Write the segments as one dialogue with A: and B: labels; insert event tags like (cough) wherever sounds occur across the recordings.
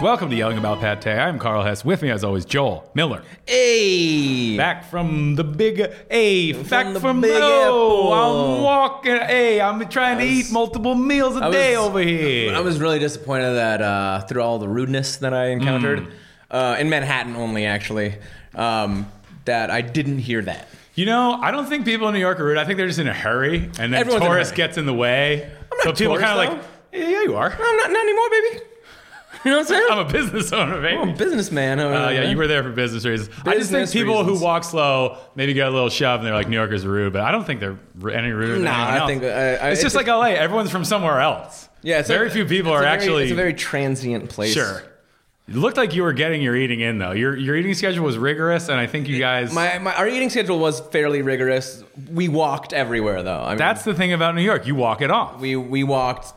A: Welcome to Yelling About Pate. I'm Carl Hess. With me, as always, Joel Miller.
B: Hey!
A: Back from the big A. Back
B: the
A: from
B: big
A: oh, I'm
B: apple.
A: walking. Hey, I'm trying to eat multiple meals a
B: was-
A: day over here.
B: I was really disappointed that uh, through all the rudeness that I encountered,
A: Hmm.
B: uh, in Manhattan only actually, um, that I didn't hear that.
A: you know, I don't think people in New York are rude. I think they're just in a hurry, and then
B: Everyone's in a
A: tourist
B: hurry.
A: gets in the way.
B: not
A: so
B: a
A: people
B: tourist,
A: kind of like, yeah, yeah, you are.
B: I'm not, not anymore, baby. You know what I'm saying?
A: I'm a (laughs) business owner, baby.
B: I'm a businessman.
A: Uh, yeah, you were there for business reasons. I just think
B: Business
A: people
B: reasons.
A: who walk slow maybe get a little shove and they're like, New Yorkers are rude, but I don't think they're r- any ruder than
B: Nah,
A: anyone
B: I
A: else.
B: think, uh, I-
A: it's just like
B: it-
A: LA. Everyone's from somewhere else.
B: Yeah, it's a-
A: very few people
B: it's
A: are
B: a very-
A: actually
B: It's a very transient place.
A: sure. It looked like you were getting your eating in though. Your your eating schedule was rigorous, and I think you guys.
B: My, my our eating schedule was fairly rigorous. We walked everywhere though. I mean,
A: that's the thing about New York. You walk it off.
B: we we walked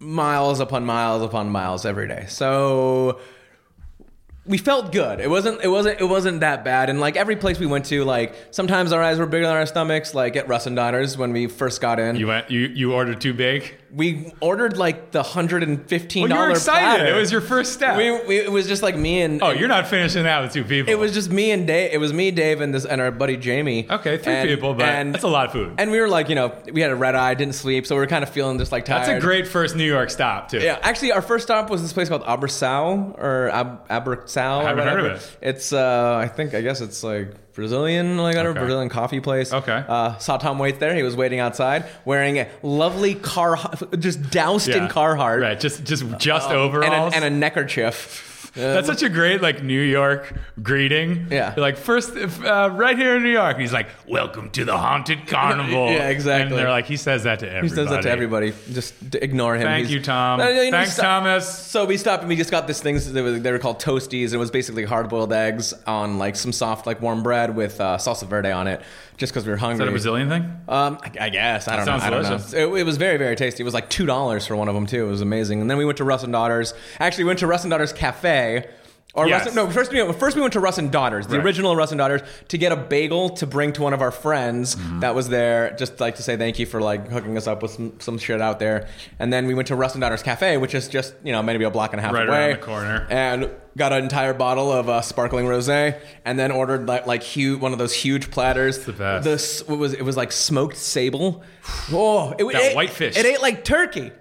B: miles upon miles upon miles every day. So we felt good. It wasn't it wasn't it wasn't that bad. And like every place we went to, like sometimes our eyes were bigger than our stomachs. Like at Russ and Diners when we first got in,
A: you went. You you ordered too big.
B: we ordered like the hundred and fifteen
A: Well, you were
B: dollar
A: excited. It was your first step.
B: we, we it was just like me and
A: oh, you're not finishing that with two people.
B: it was just me and Dave. It was me, Dave, and this and our buddy Jamie.
A: okay, three
B: And-
A: people, but
B: and-
A: that's a lot of food.
B: And we were like, you know, we had a red eye, didn't sleep, so we were kind of feeling just like
A: that's
B: tired.
A: a great first New York stop too.
B: Yeah, actually, our first stop was this place called Abraçal or Ab- Abraçal.
A: I
B: or
A: haven't heard of
B: whatever.
A: it.
B: It's uh, I think I guess it's like Brazilian, like I don't
A: Okay.
B: know, Brazilian coffee place.
A: Okay.
B: Uh, saw Tom Waits there. He was waiting outside wearing a lovely car, just doused in
A: Yeah.
B: Carhartt,
A: Right, just just just
B: and,
A: overalls.
B: a, and a neckerchief. Uh,
A: That's such a great like New York greeting.
B: Yeah.
A: You're like first if, uh, right here in New York, and he's like, "Welcome to the haunted carnival."
B: (laughs) Yeah, exactly.
A: And they're like, he says that to everybody.
B: he says that to everybody. Just d- ignore him.
A: Thank
B: He's-
A: you, Tom.
B: No, no, you know, he
A: Thanks,
B: sto-
A: Thomas.
B: So we stopped and we just got this thing. They were, they were called toasties. And it was basically hard-boiled eggs on like some soft, like warm bread with uh, salsa verde on it, just because we were
A: Is
B: hungry.
A: that a Brazilian thing?
B: Um, I, I guess I don't know.
A: sounds
B: I don't
A: delicious.
B: know. It, it was very very tasty. It was like two dollars for one of them too. It was amazing. And then we went to Russ and Daughters. Actually, we went to Russ and Daughters Cafe. Or
A: Yes.
B: Russ, no, first we, went- first we went to Russ and Daughters, the
A: Right.
B: original Russ and Daughters, to get a bagel to bring to one of our friends
A: Mm-hmm.
B: that was there, just like to say thank you for like hooking us up with some, some shit out there. And then we went to Russ and Daughters Cafe, which is just you know maybe a block and a half
A: Right
B: away,
A: around the corner.
B: and got an entire bottle of uh, sparkling rosé, and then ordered like like huge one of those huge platters,
A: the best.
B: the s- what was it was like smoked sable. Oh, it,
A: That
B: ate-
A: white fish.
B: It ate like turkey.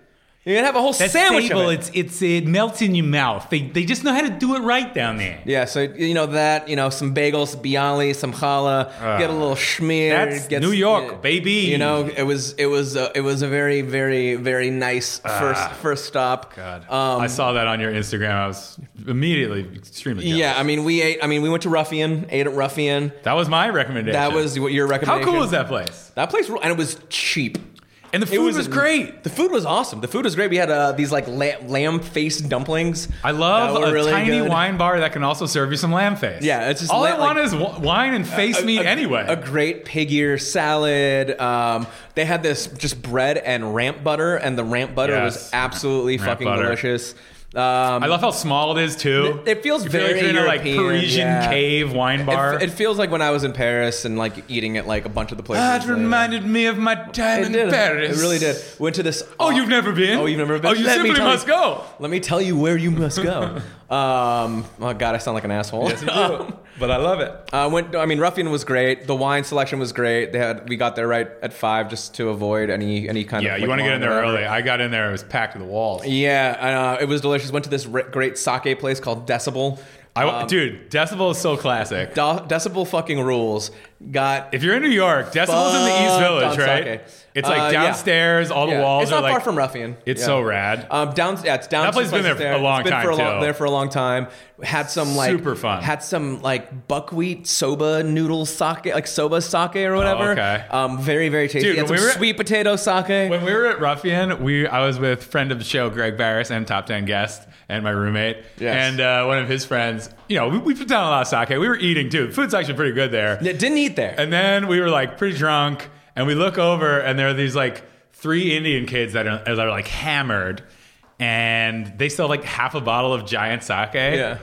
B: You're gonna have a whole sandwich. of it.
A: it's it's it melts in your mouth. They they just know how to do it right down there.
B: Yeah, so you know that you know some bagels, bialy, some challah, get a little schmear.
A: Ah. That's
B: get-
A: New York, baby.
B: You know, it was it was a, it was a very very very nice first first stop.
A: Ah. God,
B: Um,
A: I saw that on your Instagram. I was immediately extremely. Jealous.
B: yeah, I mean we ate. I mean we went to Ruffian, ate at Ruffian.
A: that was my recommendation.
B: That was what your
A: how
B: recommendation.
A: cool was that place?
B: That place, ruled, and it was cheap.
A: And the food was, great.
B: The food was awesome. The food was great. We had uh, these like la- lamb face dumplings.
A: I love
B: that were
A: a
B: really
A: tiny
B: good.
A: wine bar that can also serve you some lamb face.
B: Yeah, it's just
A: all I
B: like-
A: want is w- wine and face
B: A-
A: meat
B: a-
A: anyway.
B: A great pig ear salad. Um, they had this just bread and ramp butter, and the ramp butter
A: Yes.
B: was absolutely
A: Ramp
B: fucking
A: butter.
B: delicious. Um,
A: I love how small it is too.
B: It- it feels
A: You feel like
B: very
A: you're in a,
B: European,
A: like Parisian
B: yeah.
A: cave wine
B: it,
A: bar.
B: f- it feels like when I was in Paris and like eating at like a bunch of the places.
A: Ah, it
B: like-
A: reminded me of my time
B: It
A: in
B: did.
A: Paris.
B: It really did. Went to this.
A: Oh, you've never been?
B: Oh, you've never been.
A: Oh, you
B: Let me
A: simply
B: tell you-
A: must go.
B: Let me tell you where you must go.
A: (laughs)
B: um, oh God, I sound like an asshole.
A: Yes, you do. but I love it.
B: (laughs) Uh, went. I mean, Ruffian was great. The wine selection was great. They had. We got there right at five, just to avoid any any kind
A: Yeah,
B: of.
A: you want to
B: to
A: get in there early. I got in there; it was packed to the walls.
B: Yeah, uh, it was delicious. Went to this re- great sake place called Decibel.
A: I,
B: Um,
A: dude, Decibel is so classic.
B: Do- Decibel fucking rules. Got.
A: If you're in New York, Decibel's in the East
B: Fucked
A: Village,
B: on
A: right?
B: sake.
A: It's like
B: Uh, yeah.
A: downstairs. All the
B: yeah.
A: walls
B: it's
A: are
B: not
A: like
B: far from Ruffian.
A: It's
B: Yeah.
A: so rad.
B: Um, down, yeah, it's down.
A: That place has been there for a long
B: it's been
A: time,
B: For a long,
A: too.
B: There for a long time. Had some like
A: Super fun.
B: Had some like buckwheat soba noodle sake, like soba sake or whatever.
A: Oh, okay.
B: Um, very very tasty.
A: Dude,
B: had
A: when
B: some
A: we were-
B: sweet potato sake.
A: When we were at Ruffian, we I was with friend of the show Greg Barris and top ten guest and my roommate
B: Yes.
A: and uh, one of his friends. You know, we, we've done a lot of sake. We were eating too. Food's actually pretty good there.
B: Yeah, didn't eat there.
A: And then we were like pretty drunk, and we look over, and there are these like three Indian kids that are, that are like hammered, and they still have like half a bottle of giant sake.
B: Yeah.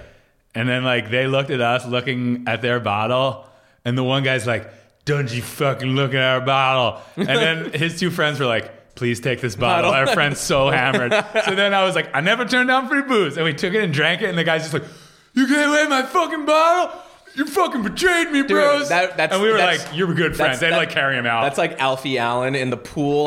A: And then like they looked at us looking at their bottle,
B: (laughs)
A: and the one guy's like, "Don't you fucking look at our bottle?" And then his two friends were like. please take this bottle.
B: Bottle.
A: Our friend's
B: (laughs)
A: so hammered. so then I was like, I never turned down free booze. And we took it and drank it. And the guy's just like, You gave away my fucking bottle? You fucking betrayed me, bros.
B: that- that's-
A: and we were
B: that's-
A: like, You're good friends.
B: that's-
A: They'd
B: that-
A: like carry him out.
B: That's like Alfie Allen in the pool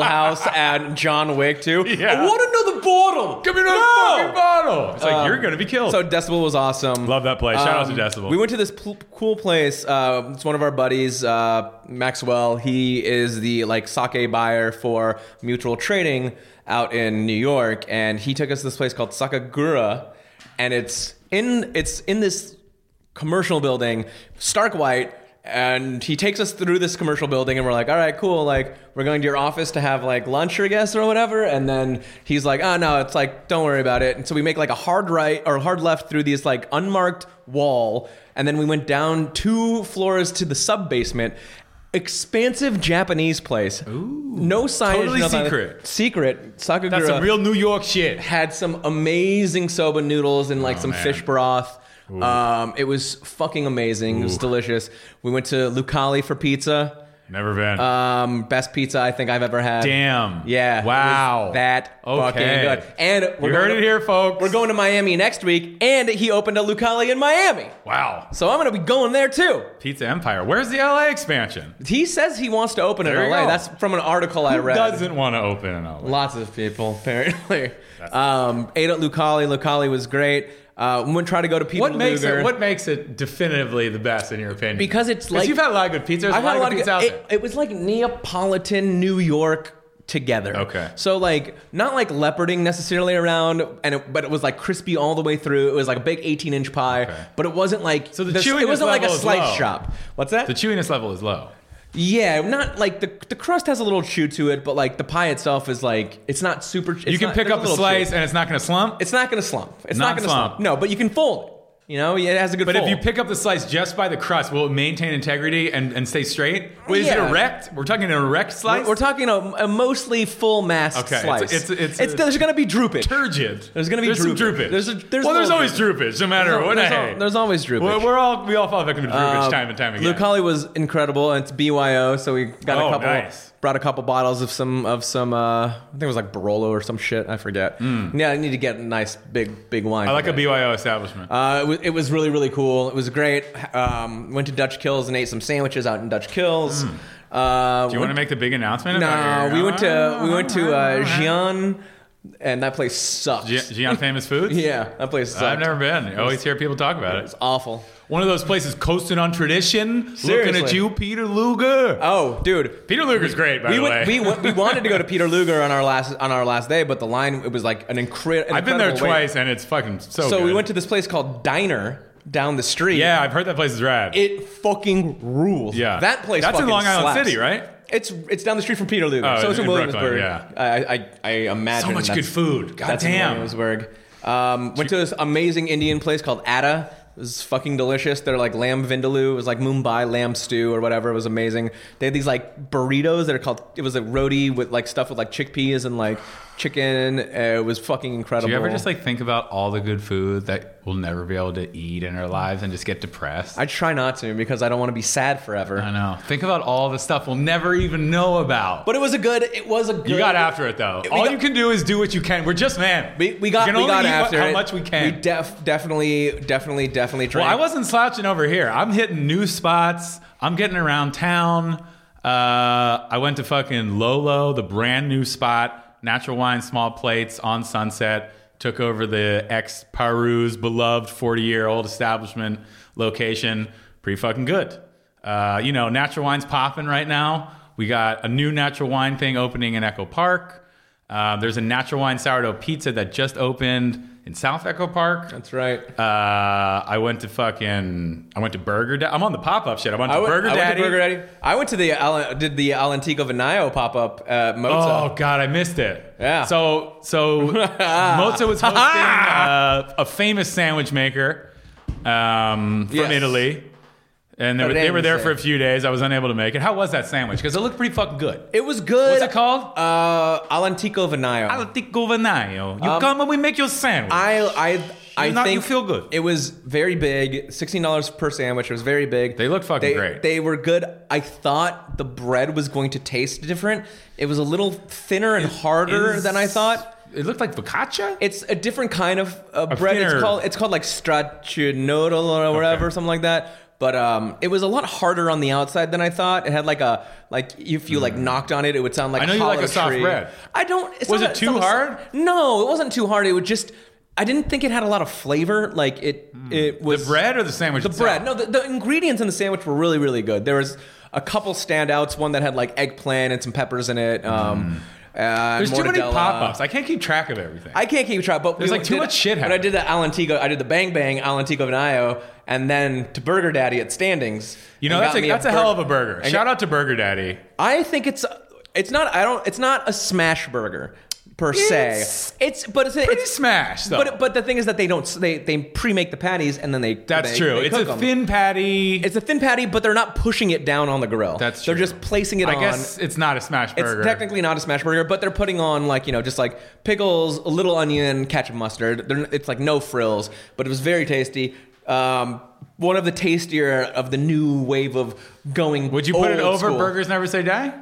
A: (laughs)
B: house and John Wick too.
A: Yeah.
B: I want another bottle.
A: Give me another
B: No! Um,
A: fucking bottle. It's like, You're going to be killed.
B: So Decibel was awesome. Um,
A: Love that place. Shout out to Decibel.
B: We went to this pl- cool place. Uh, it's one of our buddies, uh, Maxwell. He is the like sake buyer for Mutual Trading out in New York, and he took us to this place called Sakagura, and it's in it's in this commercial building, stark white. And he takes us through this commercial building, and we're like, "All right, cool. Like, we're going to your office to have like lunch, I guess, or whatever." And then he's like, "Oh no, it's like, don't worry about it." And so we make like a hard right or hard left through these like unmarked wall, and then we went down two floors to the sub basement. Expansive Japanese place. no signage.
A: Totally
B: nothing.
A: secret.
B: Secret. Sakagura
A: That's some real New York shit.
B: had some amazing soba noodles and like some
A: Oh, man.
B: fish broth. Um, it was fucking amazing. It was delicious. We went to Lucali for pizza.
A: Never been.
B: Um, best pizza I think I've ever had.
A: Damn.
B: Yeah. it was
A: Wow.
B: That
A: Okay.
B: fucking good. And we're
A: you
B: going
A: heard
B: to-
A: it here, folks.
B: We're going to Miami next week, and he opened a Lucali in Miami.
A: Wow.
B: So I'm gonna be going there too.
A: Pizza Empire. Where's the LA expansion?
B: He says he wants to open
A: There
B: in
A: you
B: LA.
A: go.
B: That's from an article I read.
A: Doesn't want to open in LA.
B: Lots of people, (laughs) apparently. Um, ate at Lucali. Lucali was great. Uh, we wouldn't try to go to Pete
A: What
B: and
A: makes
B: Luger.
A: it? What makes it definitively the best in your opinion?
B: Because it's like-
A: you've had a lot of good pizza. There's
B: I've
A: a lot
B: had
A: of good pizza out
B: it,
A: there.
B: it was like Neapolitan New York together.
A: Okay.
B: So like not like leoparding necessarily around, and it, but it was like crispy all the way through. It was like a big 18 inch pie,
A: Okay.
B: but it wasn't like
A: So the
B: It
A: chewiness
B: wasn't like a
A: level is
B: slice
A: low.
B: shop. What's that?
A: The chewiness level is low.
B: yeah, not like the the crust has a little chew to it, but like the pie itself is like it's not super. It's
A: You can
B: not-
A: pick
B: there's
A: up a
B: little chew.
A: slice and it's not going to slump.
B: It's not going to slump. It's
A: Not
B: not, going to slump.
A: slump.
B: No, but you can fold it. You know, it has a good.
A: But if
B: fold.
A: you pick up the slice just by the crust, will it maintain integrity and, and stay straight? Wait, is
B: Yeah.
A: it erect? We're talking an erect slice.
B: we're talking a, a mostly full mass
A: Okay, it's-
B: slice.
A: it's- it's-
B: there's going to be droopage.
A: turgid.
B: There's gonna be
A: there's some
B: droopage.
A: droopage.
B: There's a- there's
A: well,
B: a
A: there's
B: little
A: always droopage, no matter
B: There's al-
A: what.
B: there's
A: I
B: al-
A: hate.
B: there's always droopage.
A: We're, we're all we all fall victim to droopage
B: Um,
A: time and time again.
B: Luke Holly was incredible, and it's BYO, so we got a
A: Oh,
B: couple,
A: nice.
B: brought a couple bottles of some of some. Uh, I think it was like Barolo or some shit. I forget. Yeah, I need to get a nice big big wine.
A: Hmm. I like a BYO establishment.
B: Uh, it, was, it was really really cool. It was great. Um, went to Dutch Kills and ate some sandwiches out in Dutch Kills. Uh,
A: Hmm. Do you want to make the big announcement?
B: No,
A: about your-
B: we went to we went
A: (laughs)
B: to uh,
A: Gi-
B: Gian, and that place sucks.
A: Gian Famous Foods.
B: (laughs) Yeah, that place sucks.
A: I've never been. I always hear people talk about it.
B: It's awful.
A: One of those places coasting on tradition. Looking at
B: Seriously.
A: you, Peter Luger.
B: Oh, dude.
A: Peter Luger's great, by
B: We
A: the way.
B: went, we
A: (laughs)
B: went, we wanted to go to Peter Luger on our last on our last day, but the line it was like an, incre- an incredible.
A: I've been there
B: wait.
A: twice, and it's fucking so.
B: So we
A: good.
B: went to this place called Diner down the street.
A: Yeah, I've heard that place is rad.
B: it fucking rules.
A: yeah,
B: that place.
A: That's in
B: fucking
A: Long Island
B: slaps.
A: City, right?
B: It's it's down the street from Peter Luger,
A: Oh,
B: so it's in,
A: in Brooklyn,
B: Williamsburg.
A: yeah.
B: I, I I imagine
A: So much
B: that's-
A: good food. God
B: That's in
A: damn.
B: Williamsburg. Um, went to this amazing Indian place called Atta. It was fucking delicious. They're like lamb vindaloo. It was like Mumbai lamb stew or whatever. It was amazing. They had these like burritos that are called. It was a roti with like stuff with like chickpeas and like chicken. Uh, it was fucking incredible.
A: Do you ever just like think about all the good food that we'll never be able to eat in our lives and just get depressed?
B: I try not to because I don't want to be sad forever.
A: I know. Think about all the stuff we'll never even know about.
B: But it was a good. It was a good.
A: You got after it though. All
B: got-
A: you can do is do what you can. We're just man.
B: We, we got.
A: You can
B: we
A: only
B: got
A: eat what-
B: after
A: how
B: it.
A: much we can.
B: We def, definitely, definitely,
A: well,
B: definitely. Drank.
A: I wasn't slouching over here. I'm hitting new spots. I'm getting around town. Uh, I went to fucking Lolo, the brand new spot, natural wine, small plates on Sunset. Took over the ex Paru's beloved 40 year old establishment location. Pretty fucking good. Uh, you know, natural wine's popping right now. We got a new natural wine thing opening in Echo Park. Uh, there's a natural wine sourdough pizza that just opened in South Echo Park.
B: That's right.
A: Uh, I went to fucking. I went to Burger. Da- I'm on the pop up shit. I went to
B: I went,
A: Burger
B: I went
A: Daddy.
B: to Burger Daddy. I went to the Al- did the Alantico Venayo pop up at Moza.
A: Oh god, I missed it.
B: Yeah.
A: So so
B: (laughs)
A: Mozza was hosting uh, a famous sandwich maker um, from
B: Yes.
A: Italy, and they were, they were there
B: Firenze.
A: for a few days. I was unable to make it. How was that sandwich? Because it looked pretty fucking good.
B: It was good.
A: What's it called?
B: Uh, Alantico Venayo. Um,
A: Al Ticco Venaio. You come and we make your sandwich.
B: I I I
A: not-
B: think
A: you feel good.
B: It was very big. Sixteen dollars per sandwich. It was very big.
A: They looked fucking
B: They-
A: great.
B: They were good. I thought the bread was going to taste different. It was a little thinner and harder
A: Is-
B: than I thought.
A: It looked like focaccia.
B: It's a different kind of uh, bread.
A: thinner-
B: It's called it's called like stracciatella or whatever,
A: Okay.
B: something like that. But um, it was a lot harder on the outside than I thought. It had like a like if you like knocked on it, it would sound like
A: Hmm. I know you like
B: hollow
A: a soft
B: tree.
A: bread.
B: I don't. It's
A: Was
B: not
A: it
B: a-
A: too
B: someone-
A: hard?
B: No, it wasn't too hard. It would just. I didn't think it had a lot of flavor. Like it, it was
A: Hmm. the bread or the sandwich?
B: the bread. No, the, the ingredients in the sandwich were really, really good. There was a couple standouts. One that had like eggplant and some peppers in it. Um, and
A: Hmm. There's too many
B: mortadella.
A: pop-ups. I can't keep track of everything.
B: I can't keep track. But
A: There's,
B: we
A: like, too
B: did-
A: much shit
B: But I did the Alantico. I did the Bang Bang Alantico Vanayo, and then to Burger Daddy at Standings.
A: you know
B: and
A: that's
B: got
A: a,
B: me
A: that's a hell of a
B: burger.
A: burger. Shout out to Burger Daddy.
B: I think it's it's not. I don't. It's not a smash burger per
A: It's
B: se. It's but it's
A: Pretty
B: it's
A: smashed though.
B: But but the thing is that they don't. They they pre make the patties and then they.
A: that's
B: they-
A: true.
B: they
A: it's a
B: cook 'em.
A: thin patty.
B: It's a thin patty, but they're not pushing it down on the grill.
A: That's
B: They're
A: true.
B: just placing it
A: I
B: on.
A: guess it's not a smash
B: It's
A: burger.
B: technically not a smash burger, but they're putting on like you know just like pickles, a little onion, ketchup, mustard. They're, it's like no frills, but it was very tasty. Um, one of the tastier of the new wave of going.
A: Would you put it
B: old
A: over
B: school.
A: burgers never say die?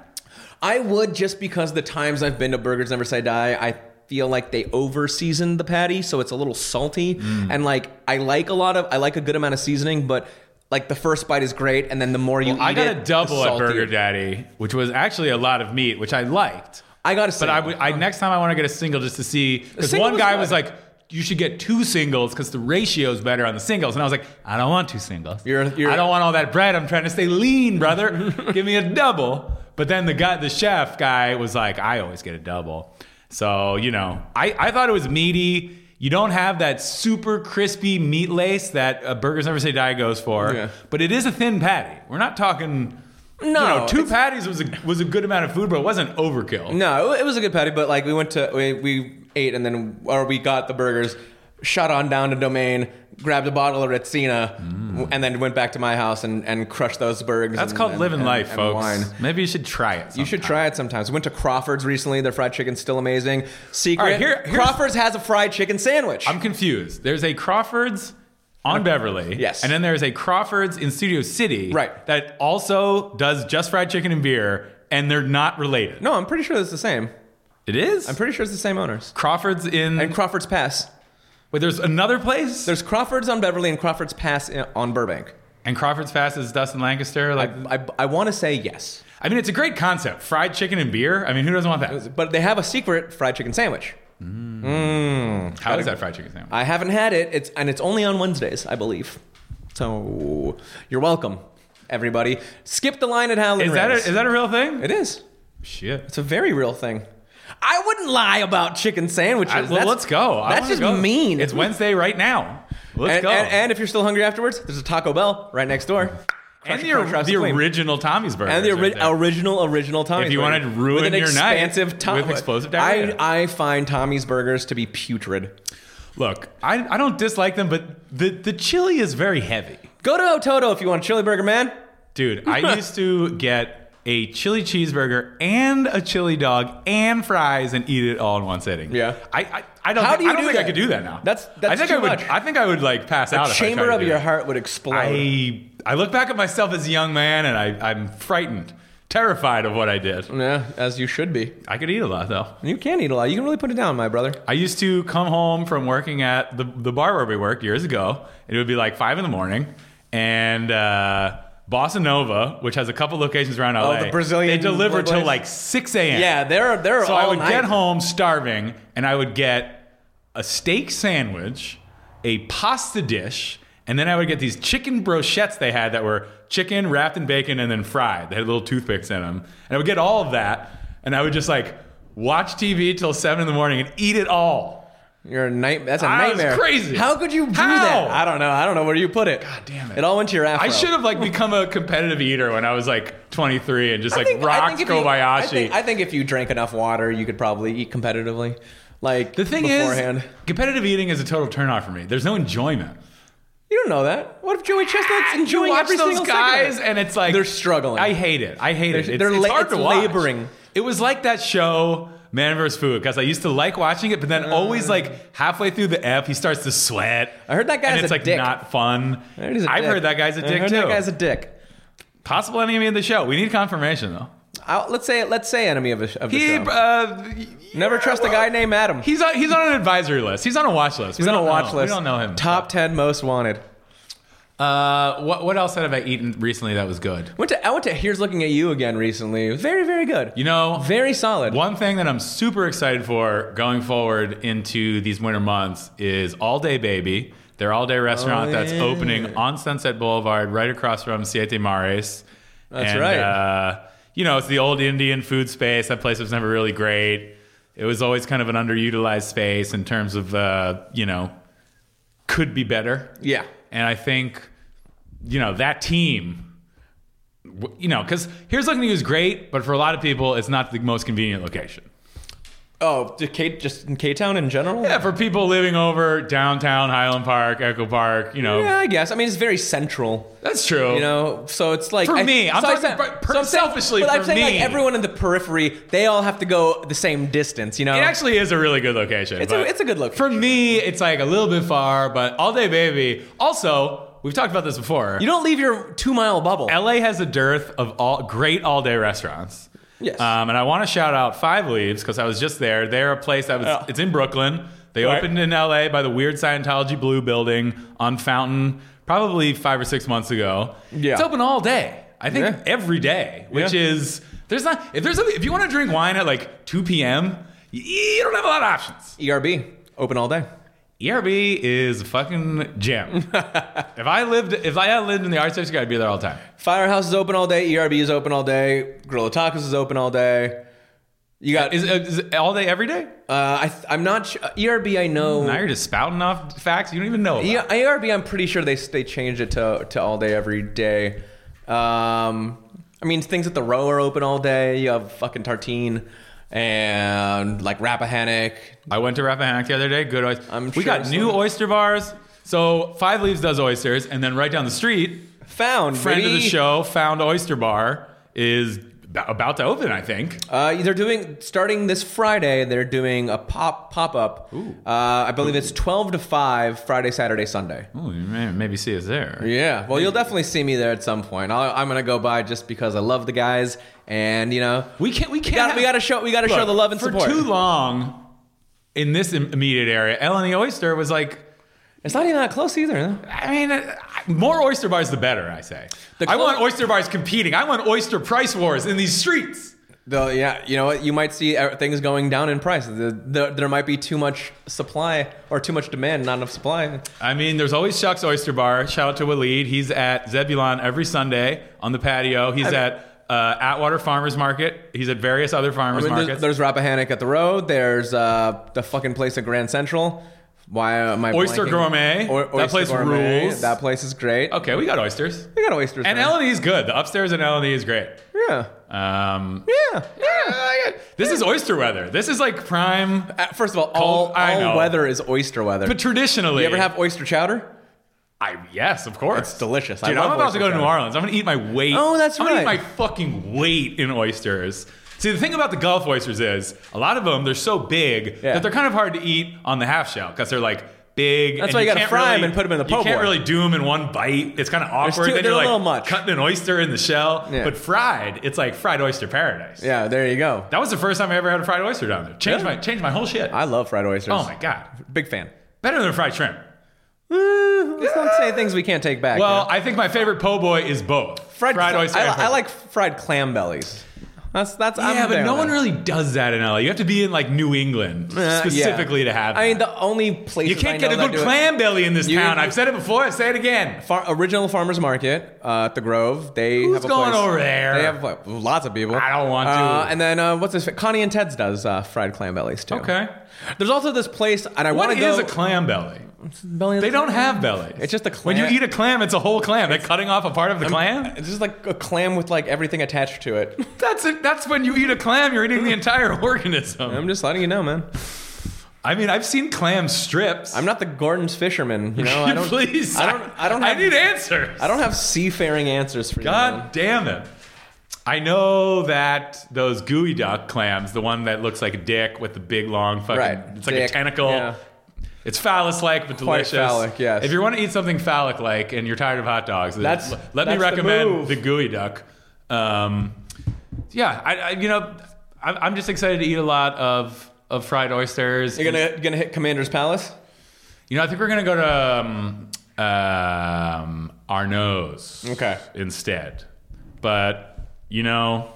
B: I would just because the times I've been to Burgers Never Say Die, I feel like they over season the patty, so it's a little salty.
A: Mm.
B: And like I like a lot of I like a good amount of seasoning, but like the first bite is great, and then the more you eat
A: I got
B: it,
A: a
B: the
A: double at
B: saltier-
A: Burger Daddy, which was actually a lot of meat, which I liked.
B: I got to say,
A: But I would I next time I want to get a single just to see because
B: single
A: one
B: is
A: guy
B: good.
A: was like, "You should get two singles because the ratio's better on the singles," and I was like, "I don't want two singles.
B: You're- you're-
A: I don't want all that bread. I'm trying to stay lean,
B: (laughs)
A: brother. Give me a double." But then the guy, the chef guy, was like, "I always get a double." So you know, I I thought it was meaty. You don't have that super crispy meat lace that uh, Burgers Never Say Die goes for,
B: Yeah.
A: but it is a thin patty. We're not talking. you
B: No,
A: know, two
B: it's-
A: patties was a, was a good amount of food, but it wasn't overkill.
B: no, it was a good patty, but like we went to we, we ate and then or we got the burgers, shot on down to Domain, grabbed a bottle of Retsina, w and then went back to my house and, and crushed those burgers.
A: Mm. That's
B: and-
A: called
B: and-
A: living
B: and-
A: life,
B: and
A: folks.
B: wine.
A: Maybe you should try it.
B: You should try it sometimes. Went to Crawford's recently. Their fried chicken's still amazing. Secret.
A: All right, here- here's-
B: Crawford's has a fried chicken sandwich.
A: I'm confused. There's a Crawford's on Beverly.
B: Yes.
A: And then there's a Crawford's in Studio City.
B: Right.
A: That also does just fried chicken and beer, and they're not related.
B: no, I'm pretty sure it's the same.
A: It is?
B: I'm pretty sure it's the same owners.
A: Crawford's in.
B: And Crawford's Pass.
A: wait, there's another place?
B: There's Crawford's on Beverly and Crawford's Pass in- on Burbank.
A: and Crawford's Fast is Dustin Lancaster. Like, I,
B: I, I want to say yes,
A: mean, it's a great concept. Fried chicken and beer. I mean, who doesn't want that?
B: but they have a secret fried chicken sandwich.
A: How is that fried chicken sandwich?
B: I haven't had it. It's and it's only on Wednesdays, I believe. So you're welcome, everybody. Skip the line at Howlin'
A: Is that, a,
B: Rings.
A: is that a real thing?
B: it is.
A: Shit.
B: It's a very real thing. I wouldn't lie about chicken sandwiches.
A: I- well,
B: That's-
A: let's go. I
B: That's
A: wanna
B: just
A: go.
B: mean.
A: It's Wednesday right now. Let's
B: and,
A: go.
B: And, and if you're still hungry afterwards, there's a Taco Bell right next door.
A: And
B: Crush-
A: the,
B: crush,
A: or-
B: crush,
A: the
B: clean.
A: original Tommy's burger.
B: and the ori- original original Tommy's.
A: If you wanted
B: burger.
A: to ruin
B: with an
A: your night
B: expansive Tom-
A: with explosive diarrhea.
B: I I find Tommy's burgers to be putrid.
A: Look, I, I don't dislike them, but the, the chili is very heavy.
B: Go to Ototo if you want a chili burger, man.
A: Dude,
B: (laughs)
A: I used to get a chili cheeseburger and a chili dog and fries and eat it all in one sitting.
B: Yeah.
A: I, I, I don't,
B: How
A: think,
B: do you
A: I don't
B: do
A: think I
B: that?
A: could do that now.
B: That's-
A: I
B: that's
A: think I
B: too
A: would
B: much.
A: I think I would like pass out
B: The
A: if I
B: chamber
A: tried
B: of
A: to do
B: your
A: that.
B: heart would explode.
A: I I look back at myself as a young man and I, I'm frightened, terrified of what I did.
B: yeah, as you should be.
A: I could eat a lot though.
B: You can eat a lot. You can really put it down, my brother.
A: I used to come home from working at the, the bar where we worked years ago. and It would be like five in the morning, and uh, Bossa Nova, which has a couple locations around LA,
B: Oh, the Brazilian
A: they deliver till
B: place?
A: like six a.m.
B: Yeah, they're they're
A: So
B: all
A: I would
B: night.
A: get home starving, and I would get a steak sandwich, a pasta dish, and then I would get these chicken brochettes they had that were chicken wrapped in bacon and then fried. They had little toothpicks in them, and I would get all of that, and I would just like watch TV till seven in the morning and eat it all.
B: You're a night. That's a
A: I was
B: nightmare.
A: crazy.
B: How could you do
A: How?
B: that? I don't know. I don't know where you put it. God
A: damn it.
B: It all went to your afro.
A: I should have like become a competitive eater when I was like 23 and just
B: I
A: like
B: think- I
A: rocked
B: think if you-
A: Kobayashi.
B: I think, I think if you drank enough water, you could probably eat competitively. Like
A: the thing
B: beforehand.
A: is, competitive eating is a total turnoff for me. There's no enjoyment.
B: you don't know that. What if Joey Chestnut's enjoying
A: you watch
B: every
A: those
B: single
A: guys
B: second of it?
A: and it's like
B: They're struggling.
A: I hate it. I hate it. It's,
B: they're
A: it's
B: la-
A: hard
B: it's
A: to watch.
B: laboring.
A: It was like that show Man vs. Food because I used to like watching it, but then always like halfway through the F, he starts to sweat.
B: Uh. I heard that guy's
A: and it's
B: a
A: like
B: dick.
A: not fun.
B: I heard he's a
A: I've
B: dick.
A: heard that guy's a
B: I
A: dick
B: heard
A: too.
B: That guy's a dick.
A: Possible enemy of the show. We need confirmation though.
B: I'll, let's say let's say enemy of, a, of the
A: He
B: show.
A: uh,
B: Never
A: yeah,
B: trust a
A: well,
B: guy named Adam.
A: He's on. He's on an advisory list. He's on a watch list.
B: He's on a watch list.
A: We don't know him.
B: Top ten most wanted.
A: Uh, what what else have I eaten recently that was good?
B: Went to I went to Here's Looking at You again recently. It was very very good.
A: You know,
B: very solid.
A: One thing that I'm super excited for going forward into these winter months is All Day Baby, their all day restaurant
B: Oh,
A: that's
B: yeah.
A: opening on Sunset Boulevard, right across from Siete Mares.
B: That's
A: And,
B: right.
A: Uh, you know, it's the old Indian food space. That place was never really great. It was always kind of an underutilized space in terms of, uh, you know, could be better.
B: Yeah.
A: And I think, you know, that team, w- you know, because here's looking to is great, but for a lot of people, it's not the most convenient location.
B: Oh, to K, just in K Town in general.
A: Yeah, for people living over downtown Highland Park, Echo Park, you know,
B: Yeah, I guess. I mean, it's very central.
A: that's true.
B: You know, so it's like
A: Oh. For
B: I-
A: me, I'm
B: so I
A: talking
B: said-
A: per- per-
B: so I'm saying-
A: selfishly
B: But I'm
A: for
B: saying
A: me.
B: like everyone in the periphery, they all have to go the same distance. You know,
A: it actually is a really good location.
B: it's, a,
A: but
B: it's a good look.
A: For me, it's like a little bit far, but all day, baby. Also, we've talked about this before.
B: you don't leave your two mile bubble.
A: LA has a dearth of all great all day restaurants.
B: Yes.
A: Um, and I want to shout out Five Leaves because I was just there. They're a place that was,
B: Yeah.
A: it's in Brooklyn. They
B: Oh. Right.
A: opened in LA by the weird Scientology Blue building on Fountain probably five or six months ago.
B: Yeah.
A: It's open all day. I think
B: Yeah.
A: every day, which
B: Yeah.
A: is, there's not, if there's, a, if you want to drink wine at like 2 p.m., you, you don't have a lot of options.
B: ERB E open all day.
A: ERB is a fucking gem.
B: (laughs)
A: if I lived, if I had lived in the arts district, I'd be there all the time.
B: Firehouse is open all day. ERB is open all day. Gorilla Tacos is open all day. You got.
A: Is, is it all day, every day?
B: Uh, I th- I'm not su- ERB. Mm, I know. E,
A: Now you're just spouting off facts you don't even know. About.
B: Yeah, ERB. I'm pretty sure they they changed it to to all day every day. Um, I mean, things at the row are open all day. You have fucking Tartine and like Rappahannock.
A: I went to Rappahannock the other day. Good oyster.
B: I'm
A: we
B: sure
A: got
B: it's
A: new
B: limited.
A: oyster bars. So Five Leaves does oysters, and then right down the street,
B: Found
A: friend of
B: baby.
A: the show, Found Oyster Bar is ab- about to open. I think.
B: Uh, they're doing starting this Friday. They're doing a pop pop up. Uh, I believe it's twelve to five Friday, Saturday, Sunday.
A: Ooh, you may, maybe see us there.
B: Yeah, well, you'll definitely see me there at some point. I'll, I'm gonna go by just because I love the guys, and you know,
A: We can't. We can't.
B: gotta-
A: have-
B: we gotta show- we gotta show the love and
A: for
B: support.
A: too long. In this im- immediate area, Eleni Oyster was like,
B: it's not even that close either. huh?
A: I mean, uh, more oyster bars the better. I say.
B: The
A: I
B: clo-
A: want oyster bars competing. I want oyster price wars in these streets.
B: Though, yeah, you know what? You might see uh, things going down in price. The, the, there might be too much supply or too much demand, not enough supply.
A: I mean, there's always Chuck's Oyster Bar. Shout out to Waleed. He's at Zebulon every Sunday on the patio. He's at uh, Atwater Farmers Market. He's at various other farmers
B: I mean, there's,
A: markets.
B: there's Rappahannock at the road. There's uh, the fucking place at Grand Central. Why am I
A: Oyster
B: blanking?
A: Gourmet. That place rules.
B: That place is great.
A: okay, we got oysters.
B: We got oysters.
A: And
B: there.
A: Elodie is good. The upstairs in Elodie is great.
B: yeah,
A: Um,
B: yeah.
A: this is oyster weather. This is like prime.
B: Uh, First of all, all,
A: Cold- I know.
B: all weather is oyster weather.
A: But traditionally,
B: you ever have oyster chowder?
A: I yes, of course.
B: It's delicious. I
A: Dude,
B: love
A: I'm about
B: oyster
A: to go to New
B: chowder.
A: Orleans. I'm gonna eat my weight.
B: Oh, that's
A: I'm gonna
B: right.
A: eat my fucking weight in oysters. See, the thing about the Gulf oysters is a lot of them they're so big
B: Yeah.
A: that they're kind of hard to eat on the half shell because they're like big.
B: That's
A: and
B: why you gotta
A: can't
B: fry 'em
A: really-
B: and put 'em in the
A: You
B: po'
A: can't
B: boy.
A: really do them in one bite. It's kind of awkward.
B: too-
A: then
B: they're
A: you're
B: a
A: like
B: little much.
A: cutting an oyster in the shell.
B: Yeah.
A: But fried, it's like fried oyster paradise.
B: Yeah, there you go.
A: That was the first time I ever had a fried oyster down there. Changed
B: Really?
A: my changed my whole shit.
B: I love fried oysters.
A: oh my god,
B: big fan.
A: better than fried shrimp.
B: Uh, let's not say things we can't take back. you know?
A: Well, I think my favorite po' boy is both fried
B: cl-
A: oyster.
B: I,
A: and
B: li-
A: po'
B: I
A: boy.
B: like fried clam bellies. That's that's.
A: Yeah,
B: I'm
A: but
B: there
A: no
B: with
A: one
B: that.
A: really does that in LA. You have to be in like New England
B: Uh, yeah.
A: specifically to have.
B: I mean,
A: that.
B: the only place
A: you can't
B: I
A: get
B: know
A: a
B: that
A: good
B: do it-
A: clam belly in this
B: You-
A: town. I've said it before. I say it again.
B: Far, original farmers market uh, at the Grove. They
A: Who's
B: have a
A: going
B: place-
A: over there?
B: They have like, lots of people.
A: I don't want to.
B: Uh, and then uh, what's this? Connie and Ted's does uh, fried clam bellies too.
A: Okay.
B: There's also this place, and I
A: What
B: want
A: is
B: to go.
A: a clam belly?
B: belly
A: They don't have bellies.
B: It's just a
A: When you
B: clam-
A: eat a clam, it's a whole clam. They're cutting off a part of the clam.
B: It's just like a clam with like everything attached to it.
A: That's it. That's when you eat a clam, you're eating the entire (laughs) organism.
B: I'm just letting you know, man.
A: I mean, I've seen clam strips.
B: I'm not the Gordon's fisherman. You
A: (laughs)
B: know, I don't.
A: Please,
B: I don't. I don't have.
A: I need answers.
B: I don't have seafaring answers for you. man.
A: God damn it. I know that those gooey duck clams, the one that looks like a dick with the big long fucking,
B: Right.
A: it's like
B: Dick.
A: a tentacle.
B: Yeah.
A: It's phallus-like but
B: Quite
A: delicious.
B: phallic, yes.
A: If you want to eat something phallic-like and you're tired of hot dogs,
B: That's-
A: let me
B: that's the
A: recommend
B: move.
A: the, gooey duck. Um, yeah, I, I you know, I, I'm just excited to eat a lot of of fried oysters.
B: You're gonna gonna hit Commander's Palace.
A: You know, I think we're gonna go to um, um, Arnaud's
B: Okay.
A: instead. But you know,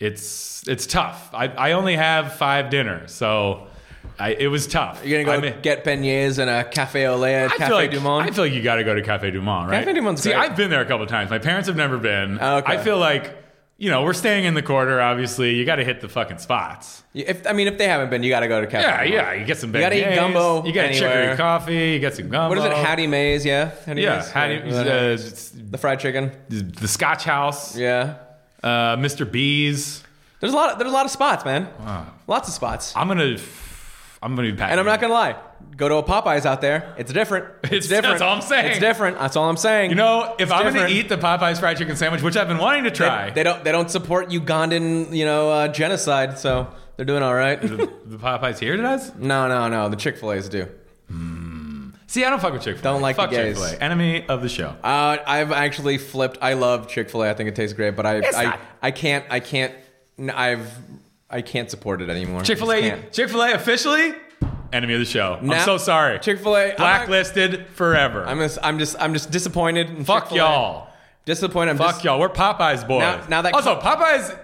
A: it's it's tough. I, I only have five dinners, so I, it was tough.
B: You're gonna go
A: I mean,
B: get beignets and a cafe au lait at
A: I
B: Cafe
A: feel like
B: du
A: I
B: Monde.
A: feel like you got to go to Cafe Du Monde, right?
B: Cafe du Monde's
A: See,
B: great.
A: I've been there a couple times. My parents have never been.
B: Oh, okay.
A: I feel like you know we're staying in the quarter. Obviously, you got to hit the fucking spots.
B: if I mean, if they haven't been, you gotta go to Cafe.
A: Yeah,
B: du Monde.
A: yeah. You get some beignets.
B: gotta eat gumbo
A: You got
B: anywhere.
A: chicory coffee. You got some gumbo.
B: What is it? Hattie Mays, yeah. Hattie
A: Yeah,
B: Mays?
A: how do you, uh,
B: the fried chicken.
A: the Scotch House,
B: Yeah.
A: uh, Mr. B's.
B: There's a lot. Of, there's a lot of spots, man. Lots of spots.
A: I'm gonna, I'm gonna be packing.
B: And I'm not gonna lie. Go to a Popeyes out there.
A: (laughs)
B: It's different. It's,
A: It's-
B: different.
A: that's all I'm saying.
B: It's different. That's all I'm saying.
A: You know, if I'm
B: different.
A: gonna eat the Popeyes fried chicken sandwich, which I've been wanting to try,
B: they, they don't. They don't support Ugandan, you know, uh, genocide. So they're doing all right.
A: the, the Popeyes here does.
B: (laughs) no, no, no. The Chick Fil A's do.
A: See, I don't fuck with Chick Fil A.
B: Don't like the
A: fuck
B: gays.
A: Chick Fil A. Enemy of the show.
B: Uh, I've actually flipped. I love Chick Fil A. I think it tastes great, but I,
A: It's
B: I,
A: not.
B: I can't. I can't. n- I've. I can't support it anymore.
A: Chick Fil A. Chick Fil A officially enemy of the show.
B: Nah.
A: I'm so sorry.
B: Chick Fil A.
A: Blacklisted forever.
B: I'm just, I'm just, I'm just disappointed. in
A: fuck
B: Chick-fil-A.
A: y'all.
B: Disappointed. I'm
A: Fuck
B: just,
A: y'all. We're Popeyes boys.
B: Now- now that-
A: also Popeyes.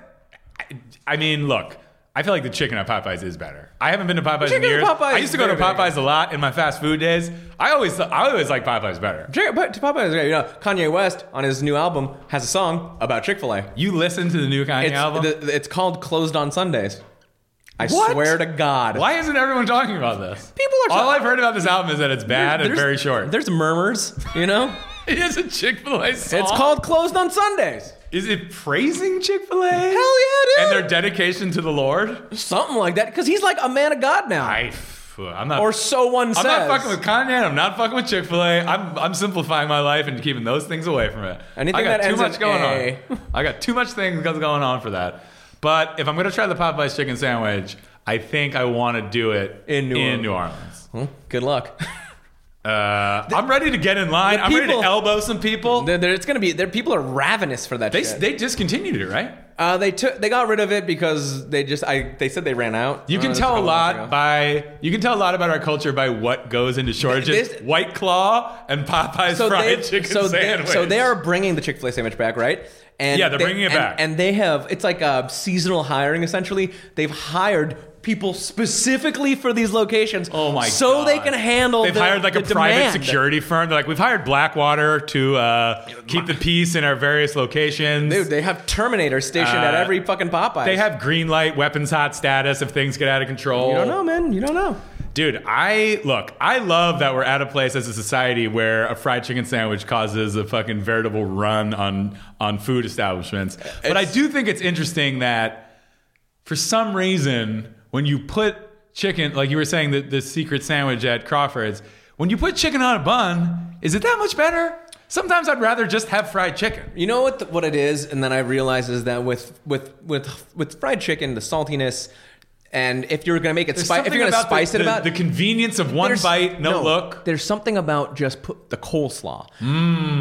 A: I, I mean, look. I feel like the chicken at Popeyes is better. I haven't been to Popeyes
B: Chicken
A: in
B: at
A: years.
B: Popeyes
A: I
B: is
A: used to go to
B: very, very
A: Popeyes a lot in my fast food days. I always, I always like Popeyes better.
B: Chick- but to Popeyes, you know, Kanye West on his new album has a song about Chick Fil A.
A: You listen to the new Kanye
B: It's
A: album.
B: the- it's called "Closed on Sundays." I
A: What?
B: swear to God.
A: Why isn't everyone talking about this?
B: People are
A: All
B: talk-
A: I've heard about this album is that it's bad and
B: There's-
A: very short.
B: There's murmurs, you know.
A: (laughs) It is a Chick Fil A song.
B: it's called "Closed on Sundays."
A: Is it praising Chick Fil A?
B: Hell yeah,
A: And
B: dude!
A: their dedication to the Lord.
B: Something like that, because he's like a man of God now,
A: I, I'm not.
B: or so one says.
A: I'm not fucking with Kanye. I'm not fucking with Chick Fil A. I'm I'm simplifying my life and keeping those things away from it.
B: Anything
A: I got
B: that
A: too
B: ends
A: much
B: in
A: going
B: A.
A: on. I got too much things going on for that. But if I'm gonna try the Popeyes chicken sandwich, I think I want to do it
B: In New Orleans.
A: Orleans.
B: Hmm, Good luck.
A: Uh, I'm ready to get in line.
B: the
A: I'm ready to
B: people-
A: elbow some people.
B: (laughs) There- there- it's gonna be there. People are ravenous for that.
A: they
B: shit.
A: they discontinued it, right?
B: Uh, they took they got rid of it because they just I they said they ran out.
A: You
B: Uh,
A: can
B: that's
A: tell a
B: couple months ago.
A: lot by you can tell a lot about our culture by what goes into shortages.
B: this-
A: White Claw and Popeyes fried
B: they've-
A: chicken
B: so
A: sandwich.
B: They, so they are bringing the Chick Fil A sandwich back, right? And
A: Yeah, they're
B: they-
A: bringing it
B: and-
A: back.
B: And they have it's like a seasonal hiring essentially. They've hired people specifically for these locations.
A: Oh my
B: So
A: God.
B: they can handle.
A: They've
B: the-
A: hired like
B: the
A: a private
B: demand.
A: security firm. They're like, we've hired Blackwater to uh, keep the peace in our various locations.
B: Dude, they have Terminator stationed at
A: Uh,
B: every fucking Popeye.
A: they have green light weapons hot status if things get out of control.
B: You don't know, man. You don't know.
A: Dude, I look, I love that we're at a place as a society where a fried chicken sandwich causes a fucking veritable run on on food establishments. but I do think it's interesting that for some reason when you put chicken, like you were saying the, the secret sandwich at Crawford's, when you put chicken on a bun, is it that much better? Sometimes I'd rather just have fried chicken.
B: You know what the, what it is, and then I realized is that with with with with fried chicken, the saltiness, and if you're gonna make it spicy, if
A: Something
B: you're gonna
A: about the-
B: spice it
A: the-
B: about
A: the convenience of one
B: there's-
A: bite, no, look.
B: There's something about just put the coleslaw.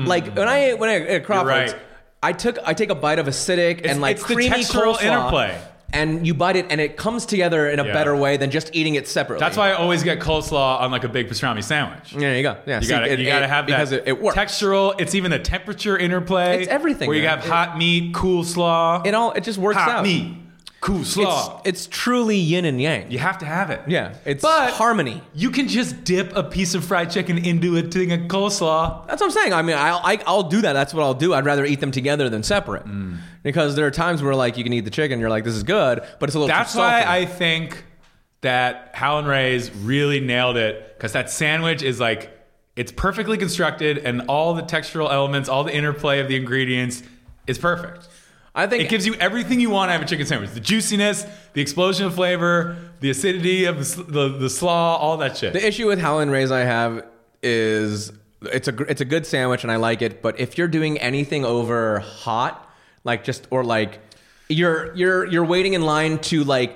B: Like when I when I at Crawford's,
A: Mm. right.
B: I took I take a bite of acidic
A: It's-
B: and like
A: it's the
B: creamy
A: textural
B: coleslaw,
A: interplay.
B: and you bite it, and it comes together in a
A: Yeah.
B: better way than just eating it separately.
A: That's why I always get coleslaw on like a big pastrami sandwich.
B: There you go. Yeah,
A: You gotta, you gotta have
B: because
A: that
B: it, it works.
A: textural. It's even a temperature interplay.
B: It's everything,
A: Where you
B: man.
A: have
B: It-
A: hot meat, cool slaw.
B: it all it just works
A: hot
B: out.
A: meat, cool
B: It's,
A: slaw.
B: it's truly yin and yang.
A: you have to have it.
B: Yeah, it's
A: But-
B: harmony.
A: You can just dip a piece of fried chicken into a thing of coleslaw.
B: That's what I'm saying. I mean, I'll, I, I'll do that. That's what I'll do. I'd rather eat them together than separate.
A: Mm.
B: Because there are times where, like, you can eat the chicken, you're like, this is good, but it's a little
A: That's
B: too
A: why
B: salty.
A: I think that Howlin' Ray's really nailed it because that sandwich is like it's perfectly constructed and all the textural elements, all the interplay of the ingredients is perfect.
B: I think
A: It gives you everything you want out of a chicken sandwich: the juiciness, the explosion of flavor, the acidity of the sl- the, the slaw, all that shit.
B: the issue with Howlin' Rays I have is it's a gr- it's a good sandwich and I like it, but if you're doing anything over hot, like just or like you're you're you're waiting in line to like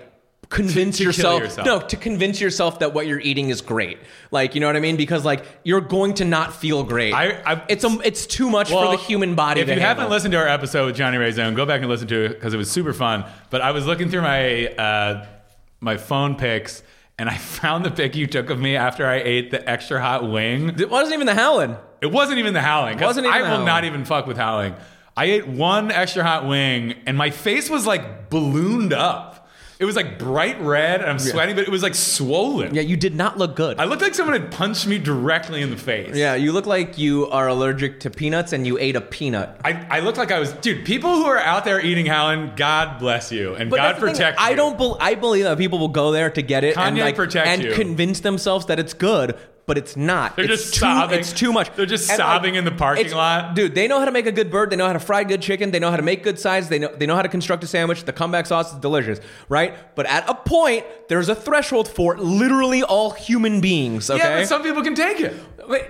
B: convince
A: to kill
B: yourself,
A: yourself.
B: no to convince yourself that what you're eating is great like you know what i mean because like you're going to not feel great
A: I- I-
B: it's a, it's too much
A: Well,
B: for the human body
A: If
B: to
A: you haven't
B: handle.
A: listened to our episode with Johnny Ray Zone, go back and listen to it because it was super fun. But I was looking through my uh, my phone pics and I (laughs) found the pic you took of me after I ate the extra hot wing.
B: it wasn't even the howling
A: It wasn't even the howling. 'cause
B: Wasn't even
A: I
B: the
A: will
B: howling.
A: not even fuck with howling. I ate one extra hot wing and my face was like ballooned up. It was like bright red and I'm sweating, but it was like swollen.
B: yeah you did not look good
A: I looked like someone had punched me directly in the face.
B: yeah you look like you are allergic to peanuts and you ate a peanut
A: I, I looked like I was, dude. People who are out there eating Howland, God bless you and
B: But
A: God
B: that's the thing,
A: protect.
B: I
A: you.
B: don't. Bel- I believe that people will go there to get it and
A: Kanye
B: like
A: protect
B: and
A: you.
B: convince themselves that it's good, but it's not.
A: They're
B: it's
A: just
B: too,
A: sobbing.
B: It's too much.
A: They're just
B: And, like,
A: sobbing in the parking
B: it's-
A: lot.
B: dude. They know how to make a good bird. They know how to fry good chicken. They know how to make good sides. They know they know how to construct a sandwich. The comeback sauce is delicious, right? But at a point, there's a threshold for literally all human beings. Okay.
A: Yeah, but some people can take it.
B: Wait,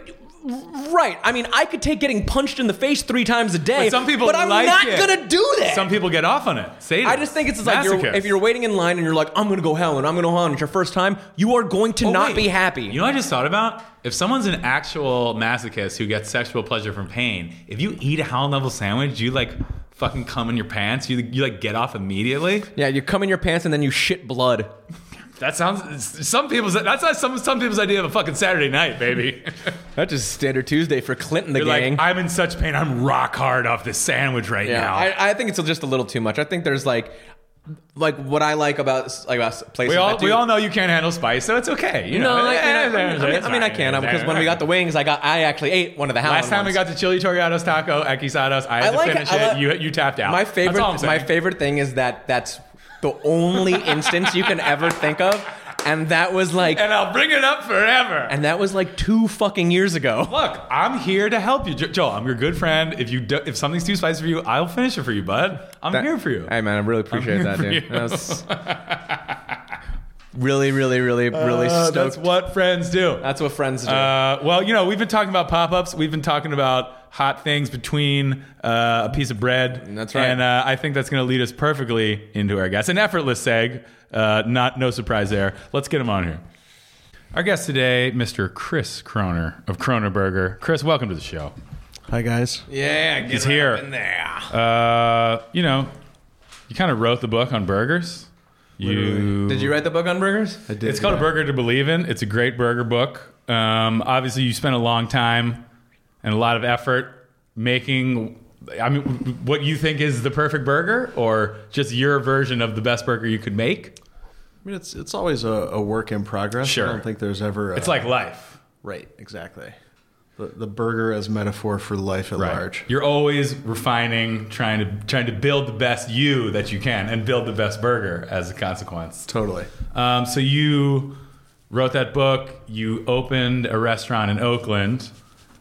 B: Right. I mean, I could take getting punched in the face three times a day.
A: But some people
B: But I'm
A: like
B: not
A: it.
B: gonna do that.
A: Some people get off on it. Say
B: I just think it's just like you're, if you're waiting in line and you're like, I'm gonna go hell and I'm gonna go hell, and it's your first time, you are going to not be happy.
A: Oh, You know, what I just thought about if someone's an actual masochist who gets sexual pleasure from pain. If you eat a Howland level sandwich, you like fucking cum in your pants. You you like get off immediately.
B: yeah, you come in your pants and then you shit blood.
A: That sounds some people's. That's not some some people's idea of a fucking Saturday night, baby. (laughs)
B: That's just standard Tuesday for Clinton the
A: You're
B: gang.
A: like I'm in such pain. I'm rock hard off this sandwich right
B: yeah,
A: now.
B: I, I think it's just a little too much. I think there's like, like what I like about like about places.
A: We all,
B: that do-
A: we all know you can't handle spice, so it's okay. You
B: No,
A: know,
B: like, I, mean, I,
A: It's
B: I mean,
A: fine.
B: I, mean, I can
A: It's
B: because when we
A: fine.
B: got the wings, I got I actually ate one of the Howland
A: last time we
B: ones.
A: got the chili toriados taco equisados, I had
B: I
A: to
B: like-
A: finish
B: I
A: it.
B: like-
A: you you tapped out.
B: My
A: That's
B: favorite,
A: all I'm saying.
B: my favorite thing is that that's the only instance you can ever think of, and that was like,
A: and I'll bring it up forever.
B: and that was like two fucking years ago.
A: Look, I'm here to help you, Jo- Joel. I'm your good friend. If you do, if something's too spicy for you, I'll finish it for you, bud. I'm
B: That-
A: here for you.
B: Hey man, I really appreciate
A: here
B: that,
A: for
B: dude.
A: you.
B: That was really, really, really, really
A: Uh,
B: stoked.
A: that's
B: That's,
A: what friends do.
B: what friends do.
A: Uh, well, you know, we've been talking about pop ups. We've been talking about hot things between uh, a piece of bread.
B: That's right.
A: And uh, I think that's going to lead us perfectly into our guest. An effortless seg. Uh, not no surprise there. Let's get him on here. Our guest today, Mr. Chris Kroner of Kronerburger. Chris, welcome to the show.
C: Hi guys.
B: yeah, get
A: he's here.
B: there.
A: Uh, you know, you kind of wrote the book on burgers. You
B: Did you write the book on burgers?
C: I did.
A: It's called A Burger to Believe in. It's a great burger book. Um, obviously, you spent a long time and a lot of effort making. I mean, what you think is the perfect burger, or just your version of the best burger you could make?
C: I mean, it's it's always a, a work in progress.
A: Sure.
C: I don't think there's ever. A,
A: It's like life,
C: right, exactly. The, the burger as metaphor for life at large.
A: You're always refining, trying to trying to build the best you that you can, and build the best burger as a consequence.
C: Totally.
A: Um, so you wrote that book. You opened a restaurant in Oakland,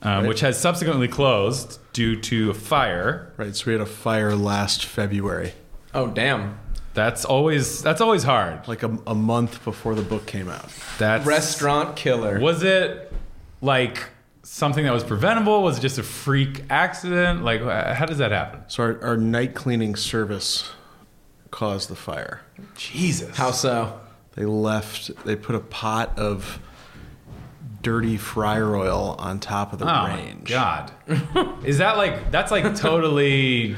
A: um,
C: Right.
A: which has subsequently closed due to a fire.
C: Right. So we had a fire last February,
B: Oh damn!
A: That's always that's always hard.
C: like a, a month before the book came out.
A: That's
B: Restaurant killer.
A: Was it like something that was preventable? Was it just a freak accident? Like wh- how does that happen?
C: So our, our night cleaning service caused the fire.
A: Jesus.
B: How so?
C: They left. They put a pot of dirty fryer oil on top of the
A: oh
C: range.
A: my god. Is that like that's like totally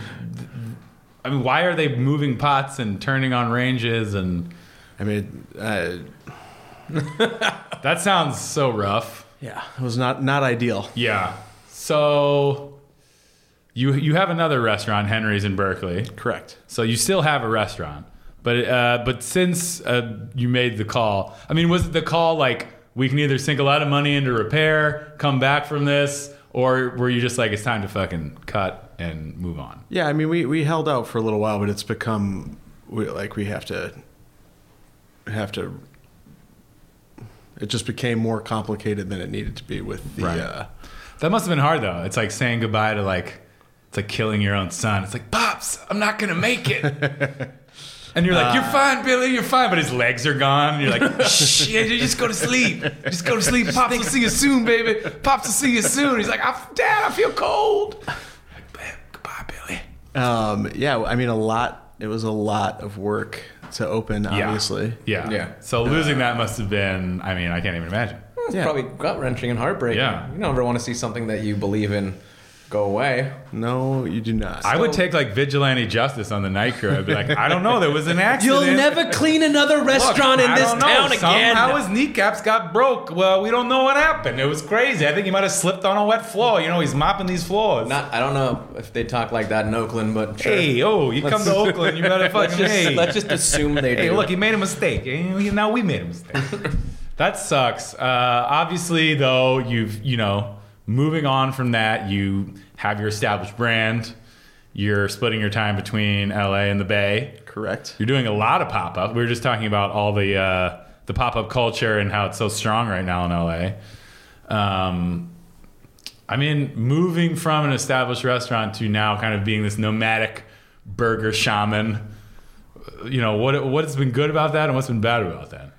A: I mean, why are they moving pots and turning on ranges and
C: I mean, uh,
A: that sounds so rough.
C: yeah, it was not not ideal.
A: Yeah. So you you have another restaurant, Henry's in Berkeley.
C: Correct.
A: So you still have a restaurant, but uh, but since uh, you made the call, I mean, was it the call like we can either sink a lot of money into repair, come back from this, or were you just like it's time to fucking cut and move on?
C: Yeah, I mean, we, we held out for a little while, but it's become we, like we have to have to. It just became more complicated than it needed to be with the.
A: Right.
C: Uh,
A: That must have been hard though. It's like saying goodbye to like it's like killing your own son. It's like pops, I'm not gonna make
B: (laughs)
A: it. And you're like,
B: Uh.
A: you're fine, Billy, you're fine. But his legs are gone. And you're
B: (laughs)
A: like, shh, yeah, just go to sleep. Just go to sleep. Pops will see you soon, baby. (laughs) Pops will see you soon. He's like, I, Dad, I feel cold. Like, "Babe, goodbye, Billy.
C: um, yeah, I mean, a lot. It was a lot of work to open,
A: Yeah.
C: obviously.
A: Yeah.
B: Yeah.
A: So losing that must have been, I mean, I can't even imagine.
B: It's
C: Yeah.
B: probably gut wrenching and heartbreaking.
A: Yeah.
B: You don't ever want to see something that you believe in go away.
C: No, you do not.
A: I would take like vigilante justice on the night crew. I'd be like, I don't know, there was an accident.
B: (laughs) You'll never clean another restaurant in
A: I
B: this
A: don't know.
B: town again.
A: Somehow his kneecaps got broke. Well, we don't know what happened. It was crazy. I think he might have slipped on a wet floor. You know, he's mopping these floors.
B: Not, I don't know if they talk like that in Oakland, but sure.
A: hey, oh, you come to Oakland, you better
B: (laughs) let's
A: fucking
B: just,
A: hey.
B: let's just assume they do.
A: hey, look, he made a mistake. And Now we made a mistake.
B: (laughs)
A: that sucks. Uh, obviously, though, you've you know, moving on from that, you have your established brand. You're splitting your time between LA and the Bay.
C: Correct.
A: You're doing a lot of pop up. We were just talking about all the uh, the pop up culture and how it's so strong right now in LA. Um, I mean, moving from an established restaurant to now kind of being this nomadic burger shaman. uh, You know what? What's been good about that, and what's been bad about that?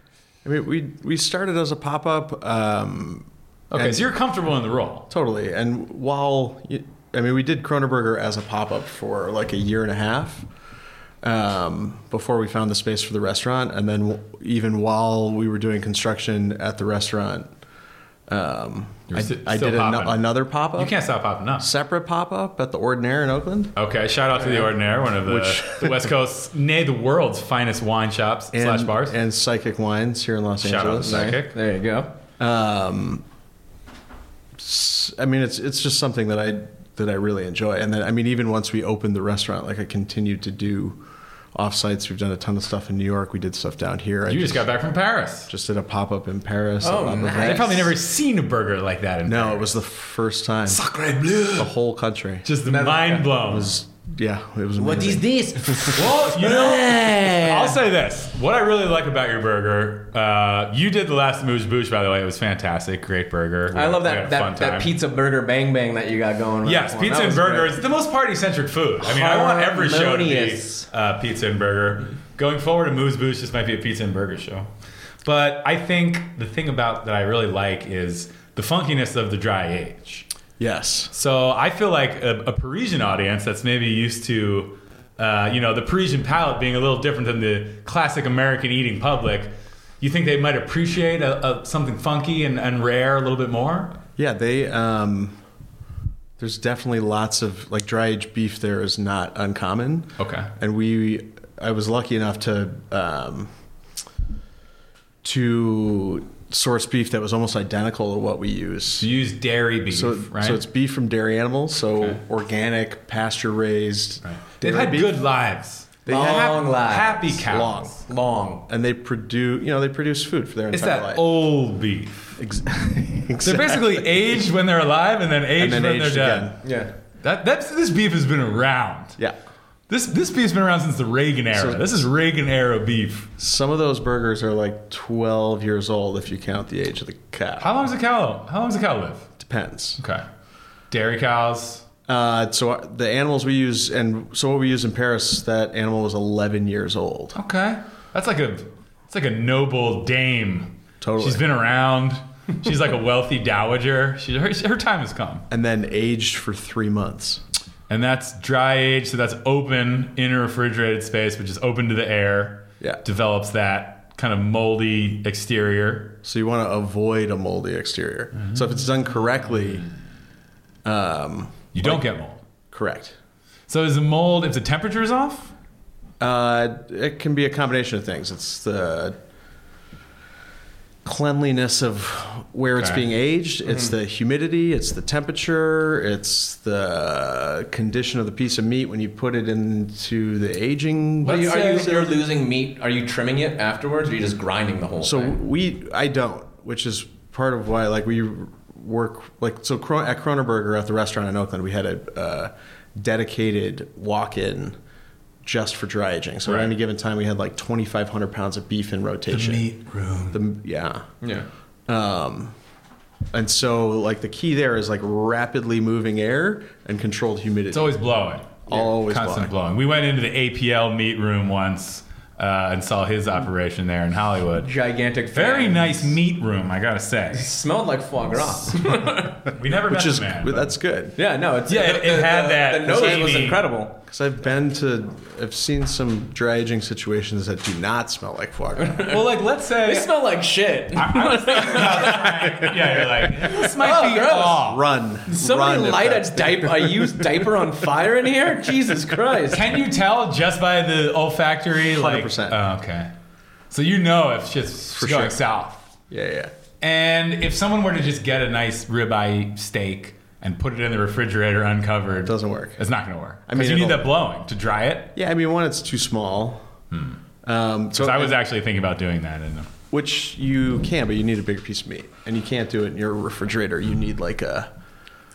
C: I mean, we we started as a pop up. Um,
A: Okay,
C: and-
A: so you're comfortable in the role.
C: Totally. And while, y- I mean, we did Kronerberger as a pop up for like a year and a half um, before we found the space for the restaurant. And then, w- even while we were doing construction at the restaurant, um,
A: You were
C: I,
A: sti-
C: I
A: still
C: did ano-
A: popping.
C: another pop
A: You
C: up,
A: can't stop popping up.
C: separate pop up at the Ordinaire in Oakland.
A: Okay, shout out to the Ordinaire, one of the,
C: Which-
A: the West
C: (laughs)
A: Coast, nay, the world's finest wine shops
C: And,
A: slash bars.
C: and Psychic Wines here in Los
A: shout out to
C: Angeles.
A: Psychic.
B: there you go.
C: s- I mean, it's it's just something that I that I really enjoy. And then, I mean, even once we opened the restaurant, like I continued to do offsites. We've done a ton of stuff in New York. We did stuff down here. I
A: You just got back from Paris.
C: just did a pop up in Paris. a
B: Oh,
C: pop-up
B: nice.
C: in-
A: I've probably never seen a burger like that in
C: No, it was the first time.
A: Sacre bleu.
C: The whole country. It
A: Just the mind blown.
C: was yeah. It was. Amazing.
A: (laughs)
B: this?
A: well, you know, I'll say this. What I really like about your burger, uh, you did the last Moose Boosh, by the way. It was fantastic. Great burger. We
B: I
A: had-
B: love
A: we had a
B: that
A: fun
B: that,
A: time.
B: that pizza burger bang bang that you got going. with
A: Yes,
B: that one.
A: pizza
B: That
A: and
B: was
A: burger
B: great.
A: is the most party centric food. I mean, I want every show to be
B: Harmonious.
A: uh, pizza and burger. Going forward, a Moose Boosh just might be a pizza and burger show. But I think the thing about that I really like is the funkiness of the dry age.
C: Yes.
A: So I feel like a, a Parisian audience that's maybe used to, uh, you know, the Parisian palate being a little different than the classic American eating public. You think they might appreciate a, a, something funky and, and rare a little bit more?
C: Yeah. They. um There's definitely lots of like dry aged beef. There is not uncommon.
A: Okay.
C: and we i was lucky enough to um, to source beef that was almost identical to what we use
A: So you use dairy beef,
C: so,
A: right?
C: so it's beef from dairy animals so
A: Okay.
C: organic pasture raised
A: Right. They've had good lives.
C: They
B: long
C: had
B: lives.
A: Happy cows.
C: Long.
B: Long.
C: and they produce you know they produce food for their
A: It's
C: entire
A: that
C: life
A: old beef.
C: Ex-
A: (laughs) They're
C: exactly.
A: basically aged when they're alive and then aged
C: (laughs) and then
A: when
C: aged
A: they're
C: again
A: dead.
B: Yeah.
A: That, that's, this beef has been around.
C: yeah
A: This, this beef's been around since the Reagan era.
C: So-
A: this is Reagan era beef.
C: some of those burgers are like 12 years old if you count the age of the cow
A: How long's a cow? How long's a cow live?
C: depends
A: Okay. Dairy cows.
C: Uh, so the animals we use, and so what we use in Paris, that animal was 11 years old.
A: Okay. That's like a it's like a noble dame.
C: Totally.
A: She's been around. She's like a wealthy dowager. She, her, her time has come.
C: And then aged for three months.
A: And that's dry age, so that's open in a refrigerated space, which is open to the air.
C: Yeah.
A: Develops that kind of moldy exterior.
C: So you want to avoid a moldy exterior. So if it's done correctly,
A: You don't get mold.
C: correct.
A: So is the mold if the temperature is off?
C: Uh, it can be a combination of things. It's the cleanliness of where it's
A: Okay.
C: being aged, it's the humidity, it's the temperature, it's the condition of the piece of meat when you put it into the aging.
B: What are you, are you
C: process.
B: you're losing meat? Are you trimming it afterwards, or are you just grinding the whole
C: So
B: thing?
C: we, I don't, which is part of why, like, we work, like, so Kro- at Kronerberger at the restaurant in Oakland, we had a uh, dedicated walk in just for dry aging. So
A: Right.
C: at any given time, we had like 2,500 pounds of beef in rotation.
A: room.
C: The- yeah. Um,
B: Yeah.
C: And so, like, the key there is like rapidly moving air and controlled humidity.
A: It's always blowing.
C: Always
A: constant blowing. We went into the APL meat room once uh, and saw his operation there in Hollywood.
B: Gigantic.
A: Very
B: fan.
A: nice meat room, I gotta say.
B: Smelled like foie gras.
A: (laughs) We never
C: which
A: met
C: is,
A: the man. but-
C: that's good.
B: yeah. No. It's,
A: Yeah, it- it had that
B: The nose was
A: zany-
B: incredible.
C: Because I've been to, I've seen some dry aging situations that do not smell like foie gras.
A: Well, like let's say
B: They smell
A: (laughs)
B: like shit.
A: yeah, you're like (laughs) this might
B: Oh,
A: be
B: gross.
A: off.
C: Run.
B: Somebody
C: Run if
B: light
C: that's-
B: a diaper, a used diaper on fire
A: (laughs)
B: in here? Jesus Christ.
A: Can you tell just by the olfactory? Like,
C: 100%.
A: Oh, okay. So you know if shit's
C: For
A: going
C: sure.
A: south.
C: Yeah, yeah.
A: And if someone were to just get a nice ribeye steak and put it in the refrigerator uncovered, it
C: Doesn't work.
A: It's not going to work.
C: I
A: I mean,
C: mean,
A: you need
C: it'll-
A: that blowing to dry it.
C: Yeah, I mean, one, it's too small.
B: Hmm.
C: Um, so
A: Because I was actually thinking about doing that. And
C: which you can, but you need a bigger piece of meat, and you can't do it in your refrigerator. You need like a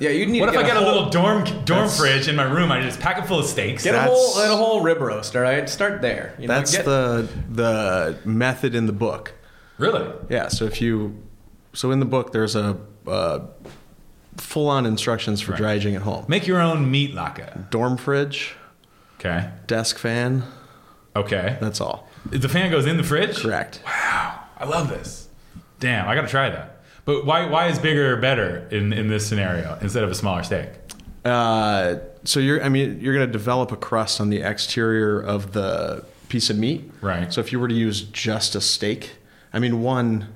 B: Yeah, you need
A: what if
B: to
A: I get a
B: whole-
A: little dorm dorm
C: That's-
A: fridge in my room? I just pack it full of steaks.
B: Get a
C: That's-
B: whole, get a whole rib roast, all right? Start there. You know,
C: That's
B: get-
C: the the method in the book.
A: Really?
C: Yeah. So if you, so in the book, there's a uh, full on instructions for dry aging at home.
A: Make your own meat laka.
C: Dorm fridge,
A: Okay.
C: desk fan.
A: Okay.
C: That's all.
A: The fan goes in the fridge.
C: Correct.
A: Wow, I love this. Damn, I gotta try that. But why, why is bigger better in, in this scenario instead of a smaller steak?
C: Uh, so you're, I mean, you're going to develop a crust on the exterior of the piece of meat.
A: Right.
C: So if you were to use just a steak, I mean, one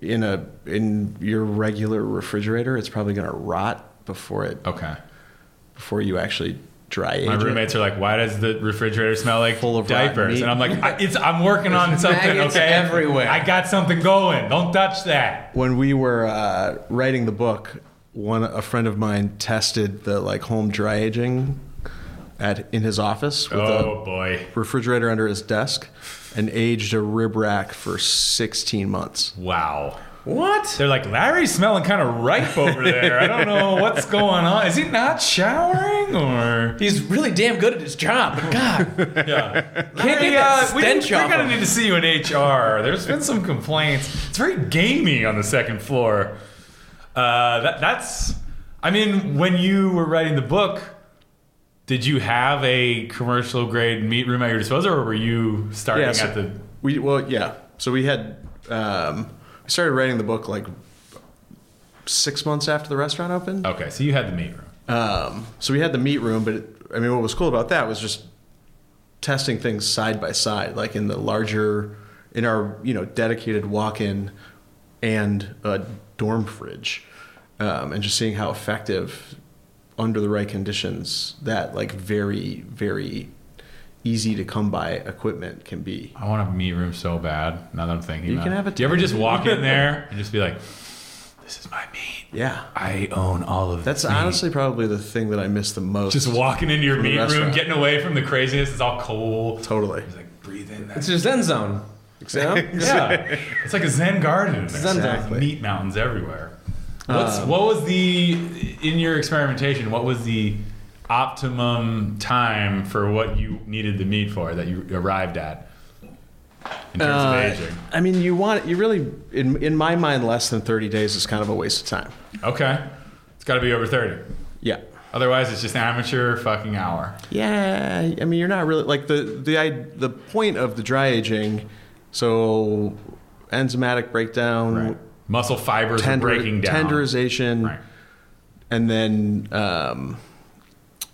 C: in a in your regular refrigerator, it's probably going to rot before it
A: Okay.
C: before you actually dry age.
A: Oh. My
C: it.
A: roommates are like, why does the refrigerator smell like
C: Full of rotten
A: diapers?
C: meat.
A: And I'm like, I, it's, I'm working on something,
B: maggots
A: okay?
B: everywhere.
A: I got something going. Don't touch that.
C: when we were uh, writing the book, one a friend of mine tested the like home dry aging at in his office with
A: Oh, boy.
C: a refrigerator under his desk and aged a rib rack for 16 months.
A: Wow.
B: What?
A: They're like, Larry's smelling kind of ripe over there. I don't know what's going on. Is he not showering or.
B: He's really damn good at his job, but
C: (laughs)
B: God,
A: (laughs) Yeah.
B: can't get
A: Hey,
B: that
A: uh, we, we
B: stench off
A: gotta
B: him.
A: need to see you in HR. There's been some complaints. It's very gamey on the second floor. Uh, that, that's. I mean, when you were writing the book, did you have a commercial grade meat room at your disposal, or were you starting
C: so
A: at the?
C: we well yeah. So we had um, we started writing the book like six months after the restaurant opened.
A: Okay, so you had the meat room.
C: Um, so we had the meat room, but it, I mean, what was cool about that was just testing things side by side, like in the larger, in our you know dedicated walk-in and a dorm fridge, um, and just seeing how effective under the right conditions that like very very easy to come by equipment can be.
A: I want a meat room so bad. Now that I'm thinking,
C: You
A: about
C: can
A: it.
C: have a
A: Do you ever
C: tiny-
A: just walk in there and just be like, "This is my meat.
C: Yeah,
A: I own all of
C: that's
A: this." meat."
C: honestly probably the thing that I miss the most.
A: just walking into your
C: the
A: meat room,
C: restaurant.
A: getting away from the craziness. It's all cold.
C: totally.
A: It's like breathe in that.
B: it's your zen zone. You know?
A: (laughs) yeah, it's like a Zen garden. In there.
B: Zen
C: Exactly.
A: Meat mountains everywhere. What's
C: Um,
A: what was the in your experimentation? What was the optimum time for what you needed the meat for that you arrived at in terms
C: Uh,
A: of aging?
C: I mean, you want you really in in my mind, less than thirty days is kind of a waste of time.
A: Okay, it's got to be over thirty.
C: Yeah,
A: Otherwise, it's just an amateur fucking hour.
C: yeah. I mean, you're not really like the the I, the point of the dry aging. So enzymatic breakdown,
A: Muscle fibers
C: tender-
A: are breaking down.
C: tenderization,
A: Right.
C: and then um,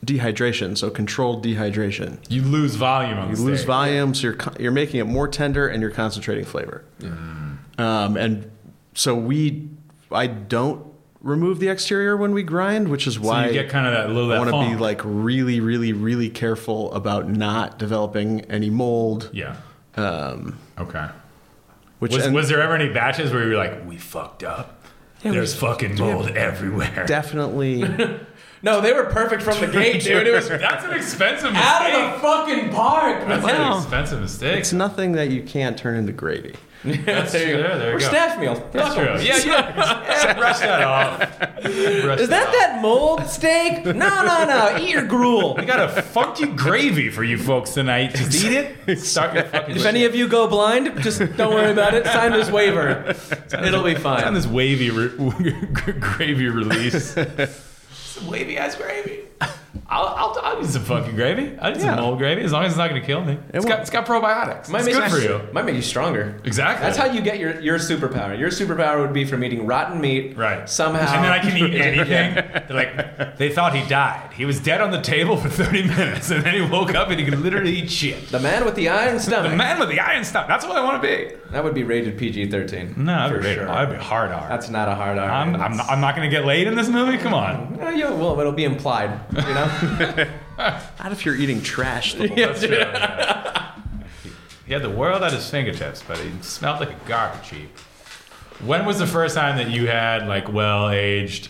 C: dehydration. So controlled dehydration.
A: You lose volume on
C: You
A: the
C: lose
A: steak.
C: volume, so you're con- you're making it more tender and you're concentrating flavor.
A: Mm.
C: Um, and so we, I don't remove the exterior when we grind, which is
A: So
C: why
A: you get kind of that little.
C: I
A: that
C: want to be
A: funk.
C: like really, really, really careful about not developing any mold.
A: Yeah.
C: Um,
A: Okay.
C: which
A: Was,
C: and
A: was there ever any batches where you were like, we fucked up? There's fucking mold everywhere. (laughs)
C: definitely
B: No, they were perfect from the gate, dude. It was
A: That's an expensive mistake.
B: out of the fucking park.
A: That's
B: man.
A: an
C: Wow.
A: expensive mistake.
C: it's nothing that you can't turn into gravy.
A: That's
B: there you
A: true.
B: go.
A: There, there you
B: Or
A: go.
B: staff meal.
A: That's true. Yeah, (laughs) yeah. Brush that
C: (laughs)
A: off. Brush
B: Is that
A: off.
B: that mold steak? No, no, no. Eat your gruel.
A: (laughs) We got a funky gravy for you folks tonight. Just eat it. Start your fucking.
B: If any of you go blind, just don't worry about it. Sign this waiver. It'll be
A: (laughs) on
B: fine.
A: this (laughs) wavy re- gravy release. Some wavy ass gravy. I'll, I'll, I'll need some fucking gravy. I need some
C: Yeah.
A: old gravy as long as it's not going to kill me. It's got,
C: won't.
A: it's got probiotics. it's good for you.
B: Might make you stronger.
A: Exactly.
B: That's how you get your, your superpower. Your superpower would be from eating rotten meat.
A: Right.
B: Somehow.
A: And then I can
B: (laughs)
A: eat anything. They're like, they thought he died. He was dead on the table for 30 minutes, and then he woke up and he could literally eat shit.
B: The man with the iron
A: The
B: stomach.
A: man with the iron stuff. That's what I want to be.
B: that would be rated PG 13.
A: No, I'd be, rated- I'd be hard R.
B: That's not a hard R.
A: I'm, I'm, not, I'm not going to get laid in this movie. Come on.
B: Well, yeah, well, it'll be implied,
A: (laughs)
B: you know?
C: Not if you're eating trash. The whole
A: That's true. yeah. He had the world at his fingertips, but he smelled like a garbage heap. When was the first time that you had like well aged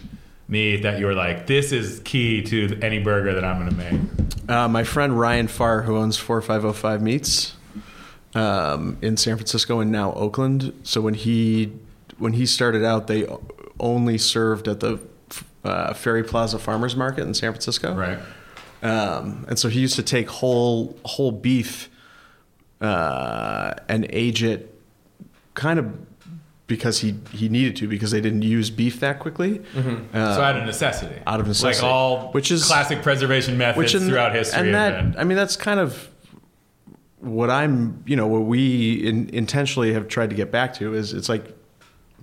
A: meat that you were like, this is key to any burger that I'm going to make?
C: Uh, my friend Ryan Farr, who owns 4505 Meats um, in San Francisco and now Oakland. So when he when he started out, they o- only served at the uh, Ferry Plaza Farmers Market in San Francisco.
A: Right.
C: Um, and so he used to take whole whole beef uh, and age it, kind of because he he needed to because they didn't use beef that quickly. Uh,
A: so out of necessity.
C: out of necessity.
A: Like all
C: Which is-
A: classic preservation methods
C: in-
A: throughout history.
C: And that,
A: have been-
C: I mean, that's kind of what I'm, you know, what we in, intentionally have tried to get back to is it's like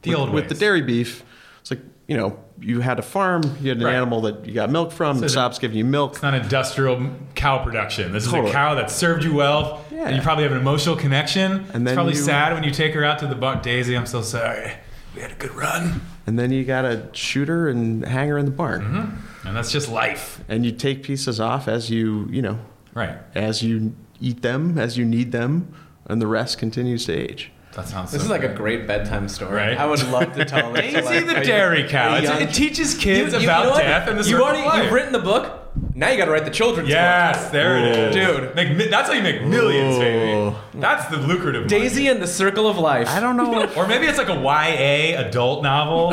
A: The
C: with,
A: old
C: with the
A: ways.
C: dairy beef. It's like you know, you had a farm, you had an
A: Right.
C: animal that you got milk from,
A: So
C: the
A: the-
C: stops giving you milk.
A: it's not industrial cow production. This is
C: Totally.
A: a cow that served you well.
C: Yeah.
A: And you probably have an emotional connection.
C: And
A: it's
C: then
A: probably
C: you-
A: sad when you take her out to the buck. Daisy, I'm so sorry. We had a good run.
C: And then you got a shooter and hanger in the barn,
A: Mm-hmm. And that's just life.
C: and you take pieces off as you, you know,
A: Right.
C: as you eat them, as you need them, and the rest continues to age.
A: That sounds
B: This
A: so
B: is like a
A: good.
B: great bedtime story.
A: Right?
B: I would love to
A: (laughs)
B: tell it. to,
A: Daisy
B: like,
A: the
B: a-
A: dairy cow.
B: a
A: It's-
B: young-
A: it teaches
B: You-
A: kids
B: you- you
A: about
B: know what?
A: death and the
B: you
A: circle of
B: already,
A: life.
B: You've written the book. Now you got to write the children's book.
A: Yes, there it is.
B: Dude.
A: Make mi- that's how you make millions,
C: Ooh.
A: baby. That's the lucrative money.
B: Daisy and the Circle of Life.
C: I don't (laughs) know. if-
A: Or maybe it's like a YA adult
C: (laughs)
A: novel,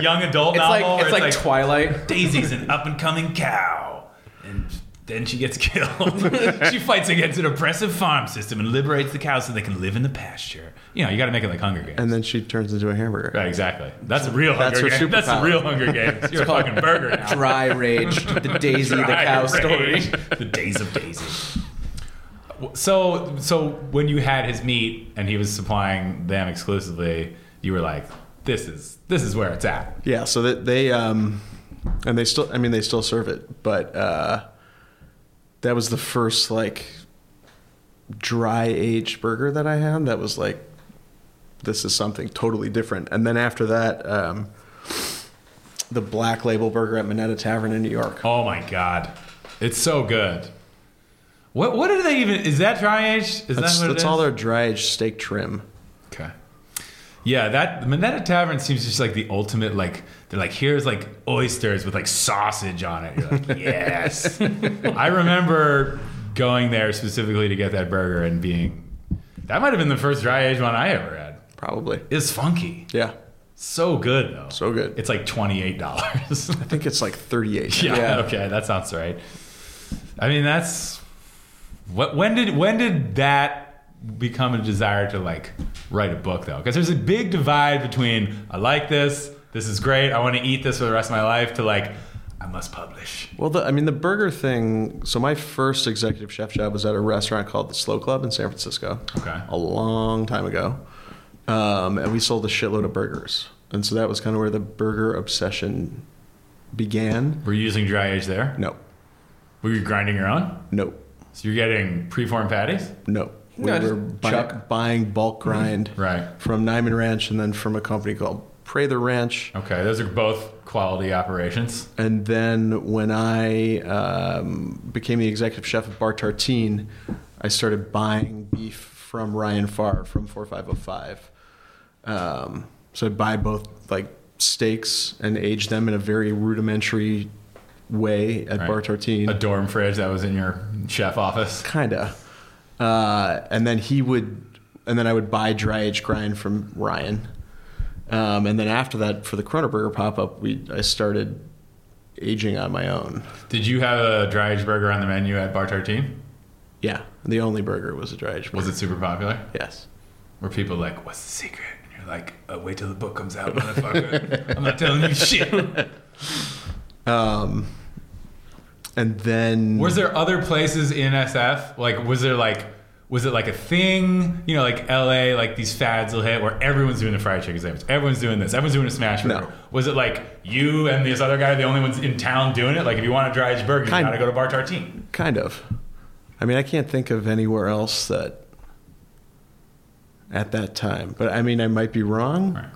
A: young adult
B: It's
A: novel.
B: like
A: where
B: it's like, Twilight.
A: Daisy's an up and coming cow, and then she gets
B: (laughs)
A: killed. she fights against an oppressive farm system and liberates the cows so they can live in the pasture. You know, you got to make it like Hunger Games.
C: and then she turns into a hamburger.
A: right, exactly. That's a real
C: That's
A: Hunger
C: her
A: Games. That's a
C: superpower.
A: real Hunger Games. You're a fucking burger now.
B: (laughs) Dry Rage, the Daisy the
A: Dry
B: Cow
A: rage.
B: story.
A: (laughs) The days of Daisy. So, so when you had his meat and he was supplying them exclusively, you were like, "This is this is where it's at."
C: Yeah, so that they um, and they still, I mean, they still serve it, but uh, that was the first like dry aged burger that I had. That was like, this is something totally different. And then after that, um, the Black Label Burger at Minetta Tavern in New York.
A: Oh my god, it's so good. What what do they even? Is that dry aged? Is
C: That's,
A: that what it
C: that's
A: is?
C: all their dry aged steak trim.
A: Okay. Yeah, that Minetta Tavern seems just like the ultimate. Like they're like, here's like oysters with like sausage on it. You're like, yes. I remember going there specifically to get that burger and being. That might have been the first dry aged one I ever had.
C: Probably.
A: It's funky.
C: Yeah.
A: So good though.
C: So good.
A: It's like twenty eight dollars. (laughs)
C: I think it's like 38.
A: yeah,
B: Yeah.
A: Okay. That sounds right. I mean, that's what. When did when did that become a desire to like write a book though? Because there's a big divide between I like this, this is great, I want to eat this for the rest of my life, to like I must publish.
C: Well, the, I mean, the burger thing. So my first executive chef job was at a restaurant called the Slow Club in San Francisco.
A: Okay.
C: A long time ago, um, and we sold a shitload of burgers, and so that was kind of where the burger obsession began.
A: Were you using dry age there?
C: No,
A: Were you grinding your own?
C: no,
A: So you're getting preformed patties,
C: no. We
B: No, just
C: were buy,
B: chuck. Mm-hmm.
C: buying bulk grind
A: right?
C: from Nyman Ranch, and then from a company called Prather Ranch.
A: Okay, those are both quality operations.
C: And then when I um, became the executive chef of Bar Tartine, I started buying beef from Ryan Farr from 4505. Um, so I'd buy both like steaks and age them in a very rudimentary way at
A: Right.
C: Bar Tartine.
A: A dorm fridge that was in your chef office.
C: Kinda. Uh, and then he would, and then I would buy dry aged grind from Ryan. Um, and then after that, for the Kronerburger pop up, we I started aging on my own.
A: Did you have a dry aged burger on the menu at Bar Tartine?
C: Yeah, the only burger was a dry aged.
A: Was it super popular?
C: Yes.
A: Where people are like, what's the secret? And you're like, oh, wait till the book comes out,
C: (laughs)
A: motherfucker. I'm not telling you shit.
C: Um, and then
A: Was there other places in SF? Like, was there like, was it like a thing? You know, like LA, like these fads will hit where everyone's doing the fried chicken sandwich, everyone's doing this, everyone's doing a smash burger.
C: No.
A: Was it like you and this other guy, the only ones in town doing it? Like, if you want a dry aged burger, you
C: Kind-
A: gotta go to Bar Tartine.
C: kind of. I mean, I can't think of anywhere else that at that time. But I mean, I might be wrong.
A: Right.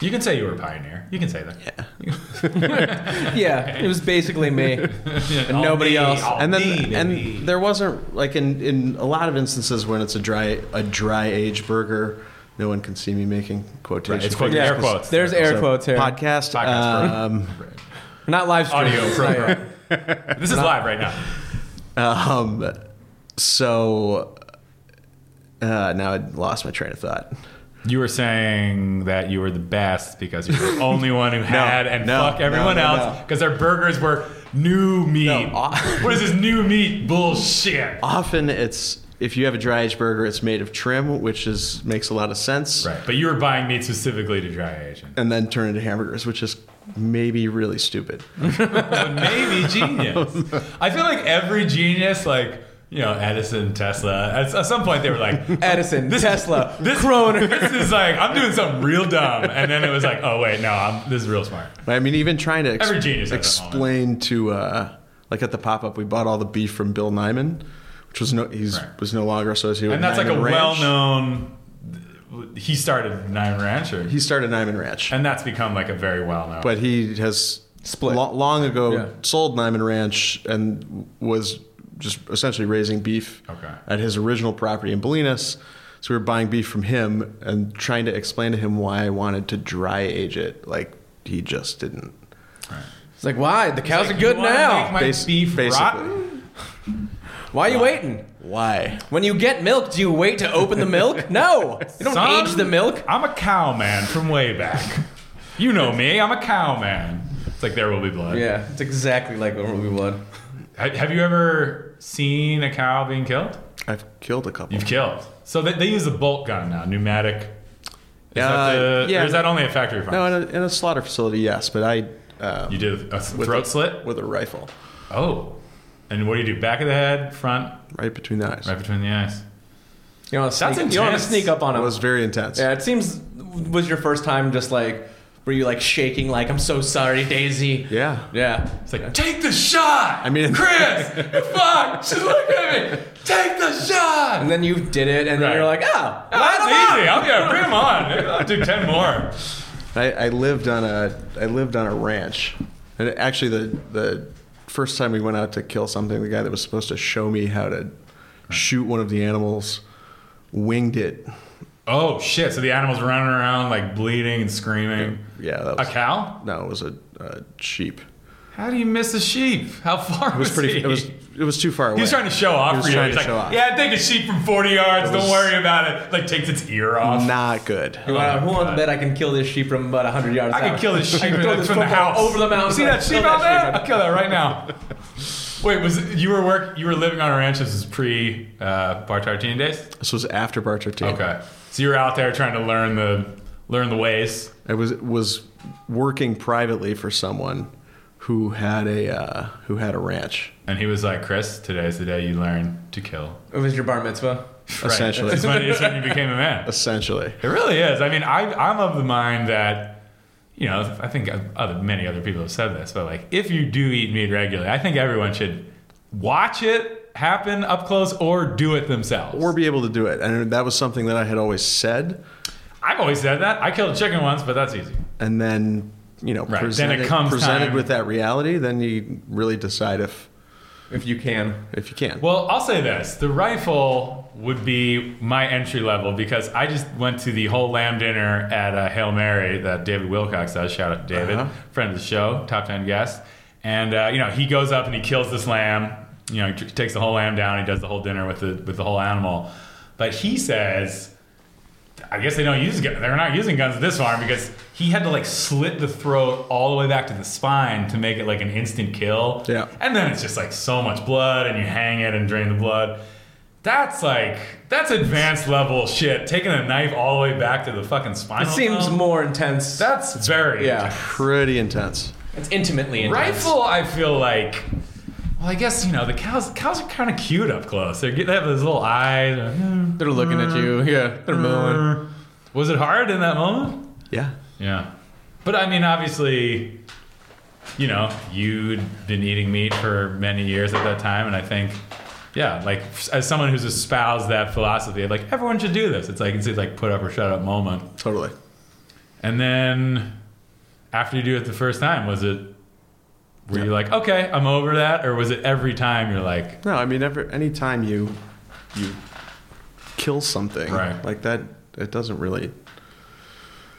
A: You can say you were a pioneer. You can say that. Yeah.
B: yeah, it was basically me.
A: (laughs) and
B: nobody else.
C: And then and there wasn't like in in a lot of instances when it's a dry a dry age burger, no one can see me making quotations.
A: it's quote,
B: Yeah.
A: air quotes.
B: There's air quotes here.
C: Podcast,
A: Podcast burger.
C: um,
B: Not live stream.
A: (laughs) Audio
B: Sorry.
A: program. this is live right now.
C: Um, so uh, now I lost my train of thought.
A: You were saying that you were the best because you were the (laughs) only one who had and
C: no,
A: fuck everyone
C: no, no,
A: else
C: no.
A: because their burgers were new meat.
C: aw-
A: (laughs) what is this new meat bullshit?
C: Often it's if you have a dry aged burger, it's made of trim, which is makes a lot of sense.
A: Right, but you were buying meat specifically to dry age. (laughs)
C: And then turn into hamburgers, which is maybe really stupid.
A: But maybe genius. (laughs) I feel like every genius, like you know Edison, Tesla, at, at some point they were like, (laughs)
B: Edison, (laughs) Tesla,
A: this,
B: Kroner.
A: this is like I'm doing something real dumb, and then it was like, oh wait, no, I'm, this is real smart.
C: But I mean, even trying to ex-
A: Every genius has that
C: explain to uh, like at the pop up, we bought all the beef from Bill Nyman, which was no he's
A: Right.
C: was no longer associated with.
A: And that's like a
C: Nyman Ranch.
A: well-known. He started Nine Ranch, or
C: He started Nyman Ranch,
A: And that's become like a very well known.
C: but he has
B: Split.
C: lo- long ago
B: Yeah.
C: sold Nyman Ranch and was just essentially raising beef
A: Okay.
C: at his original property in Bolinas. So we were buying beef from him and trying to explain to him why I wanted to dry age it. Like he just didn't.
B: It's like, why? The cows are good now.
A: Make my
C: Bas-
A: beef
C: basically.
A: rotten.
B: why are you waiting?
C: Why?
B: When you get milk, do you wait to open the (laughs) milk? No. You don't
A: Son,
B: age the milk.
A: I'm a cow man from way back. you know me. I'm a cow man. It's like there will be blood.
B: Yeah, it's exactly like what we would.
A: Ha- Have you ever seen a cow being killed?
C: I've killed a couple.
A: You've killed. So they, they use a bolt gun now, pneumatic. Is
C: Uh,
A: that the,
C: yeah.
A: Or is that only a factory farm?
C: No, in a, in a slaughter facility, yes, but I uh,
A: you did a s-
C: with
A: throat
C: a,
A: slit.
C: with a rifle
A: Oh, and what do you do? Back of the head, front,
C: right between the eyes.
A: right between the eyes.
B: You don't
A: That's
B: want to
A: intense.
B: sneak up on
C: It
B: him.
C: was very intense.
B: Yeah, it seems was your first time just like were you like shaking like I'm so sorry, Daisy.
C: Yeah.
B: Yeah.
A: It's like, take the shot. I (laughs)
C: mean-
A: Chris, fuck, just look at me. Take the shot.
B: And then you did it and then
A: Right.
B: you're like, oh,
A: That's
B: light 'em up.
A: easy. I'll yeah, bring him on. I'll do ten more.
C: I, I lived on a I lived on a ranch, and it- actually the the first time we went out to kill something, the guy that was supposed to show me how to shoot one of the animals winged it.
A: Oh shit! So the animal's running around like bleeding and screaming.
C: Yeah, that
A: A
C: was,
A: cow?
C: no, it was a, a sheep.
A: How do you miss a sheep? How far
C: It was pretty.
A: He?
C: It was it was too far away.
A: He was trying to show off
C: He was
A: for you.
C: trying
A: He's
C: to
A: like,
C: show off.
A: yeah, take a sheep from 40 yards.
C: was-
A: Don't worry about it. Like, takes its ear off.
C: Not good.
B: Wow, who wants
A: God.
B: to bet I can kill this sheep from about 100 yards
A: I
B: out?
A: could kill this sheep
B: (laughs) I can
A: and
B: throw
A: like,
B: this
A: from the
B: football
A: house.
B: over the mountain.
A: You see that
B: Kill
A: sheep out there?
B: sheep.
A: I'll kill that right
B: (laughs)
A: now. Wait, was it- you were work? You were living on a ranch. This is pre uh, Bar Tartini days.
C: This was after Barter team.
A: Okay, so you were out there trying to learn the learn the ways.
C: I was was working privately for someone who had a uh, who had a ranch.
A: And he was like, "Chris, today's the day you learn to kill."
B: It was your bar mitzvah.
A: (laughs)
C: Essentially.
A: right. it's when, it's when you became a (laughs) man.
C: Essentially,
A: It really is. I mean, I, I'm of the mind that, you know, I think other, many other people have said this, but like, if you do eat meat regularly, I think everyone should watch it happen up close or do it themselves.
C: or be able to do it, and that was something that I had always said.
A: I've always said that. I killed a chicken once, but that's easy.
C: And then you know,
A: Right. Then it
C: presented,
A: comes
C: presented
A: time-
C: with that reality, then you really decide if
B: If you can.
C: if you can.
A: Well, I'll say this: the rifle would be my entry level because I just went to the whole lamb dinner at uh, Hail Mary that David Wilcox does. Shout out to David,
C: Uh-huh.
A: friend of the show, top ten guest, and uh, you know he goes up and he kills this lamb. You know, he t- takes the whole lamb down. He does the whole dinner with the with the whole animal, but he says. I guess they don't use guns. They're not using guns at this farm because he had to like slit the throat all the way back to the spine to make it like an instant kill.
C: Yeah.
A: And then it's just like so much blood and you hang it and drain the blood. That's like that's advanced level shit. Taking a knife all the way back to the fucking spine.
B: It Um, seems more intense.
A: that's very
B: yeah.
C: Pretty intense.
B: It's intimately intense.
A: Rifle, I feel like Well, I guess you know the cows. Cows are kind of cute up close. They're get- they have those little eyes.
B: They're looking at
A: Uh,
B: you. Yeah, they're mooing.
A: Was it hard in that moment?
C: Yeah.
A: Yeah, but I mean, obviously, you know, you'd been eating meat for many years at that time, and I think, yeah, like as someone who's espoused that philosophy of like everyone should do this, it's like it's like put up or shut up moment.
C: Totally.
A: And then after you do it the first time, was it were you like, okay, I'm over that, or was it every time you're like,
C: No, I mean, every anytime you you kill something
A: Right.
C: like that, it doesn't really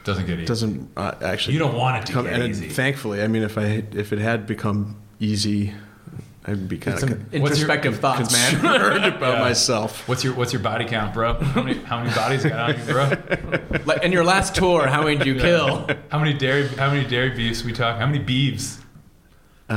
A: doesn't get easy?
C: doesn't uh, actually.
A: you don't want it to
C: come,
A: get
C: and it-
A: easy.
C: thankfully, I mean, if I if it had become easy, I'd be kind
A: (laughs)
B: Some
C: of
A: What's your-
B: introspective (laughs) thoughts, man.
C: concerned about
A: Yeah.
C: myself.
A: what's your what's your body count, bro? How many how many bodies you got on you, bro?
C: (laughs)
B: like, in your last tour, how many did you kill?
A: How many dairy how many dairy beefs we talk? How many beeves?
C: Uh,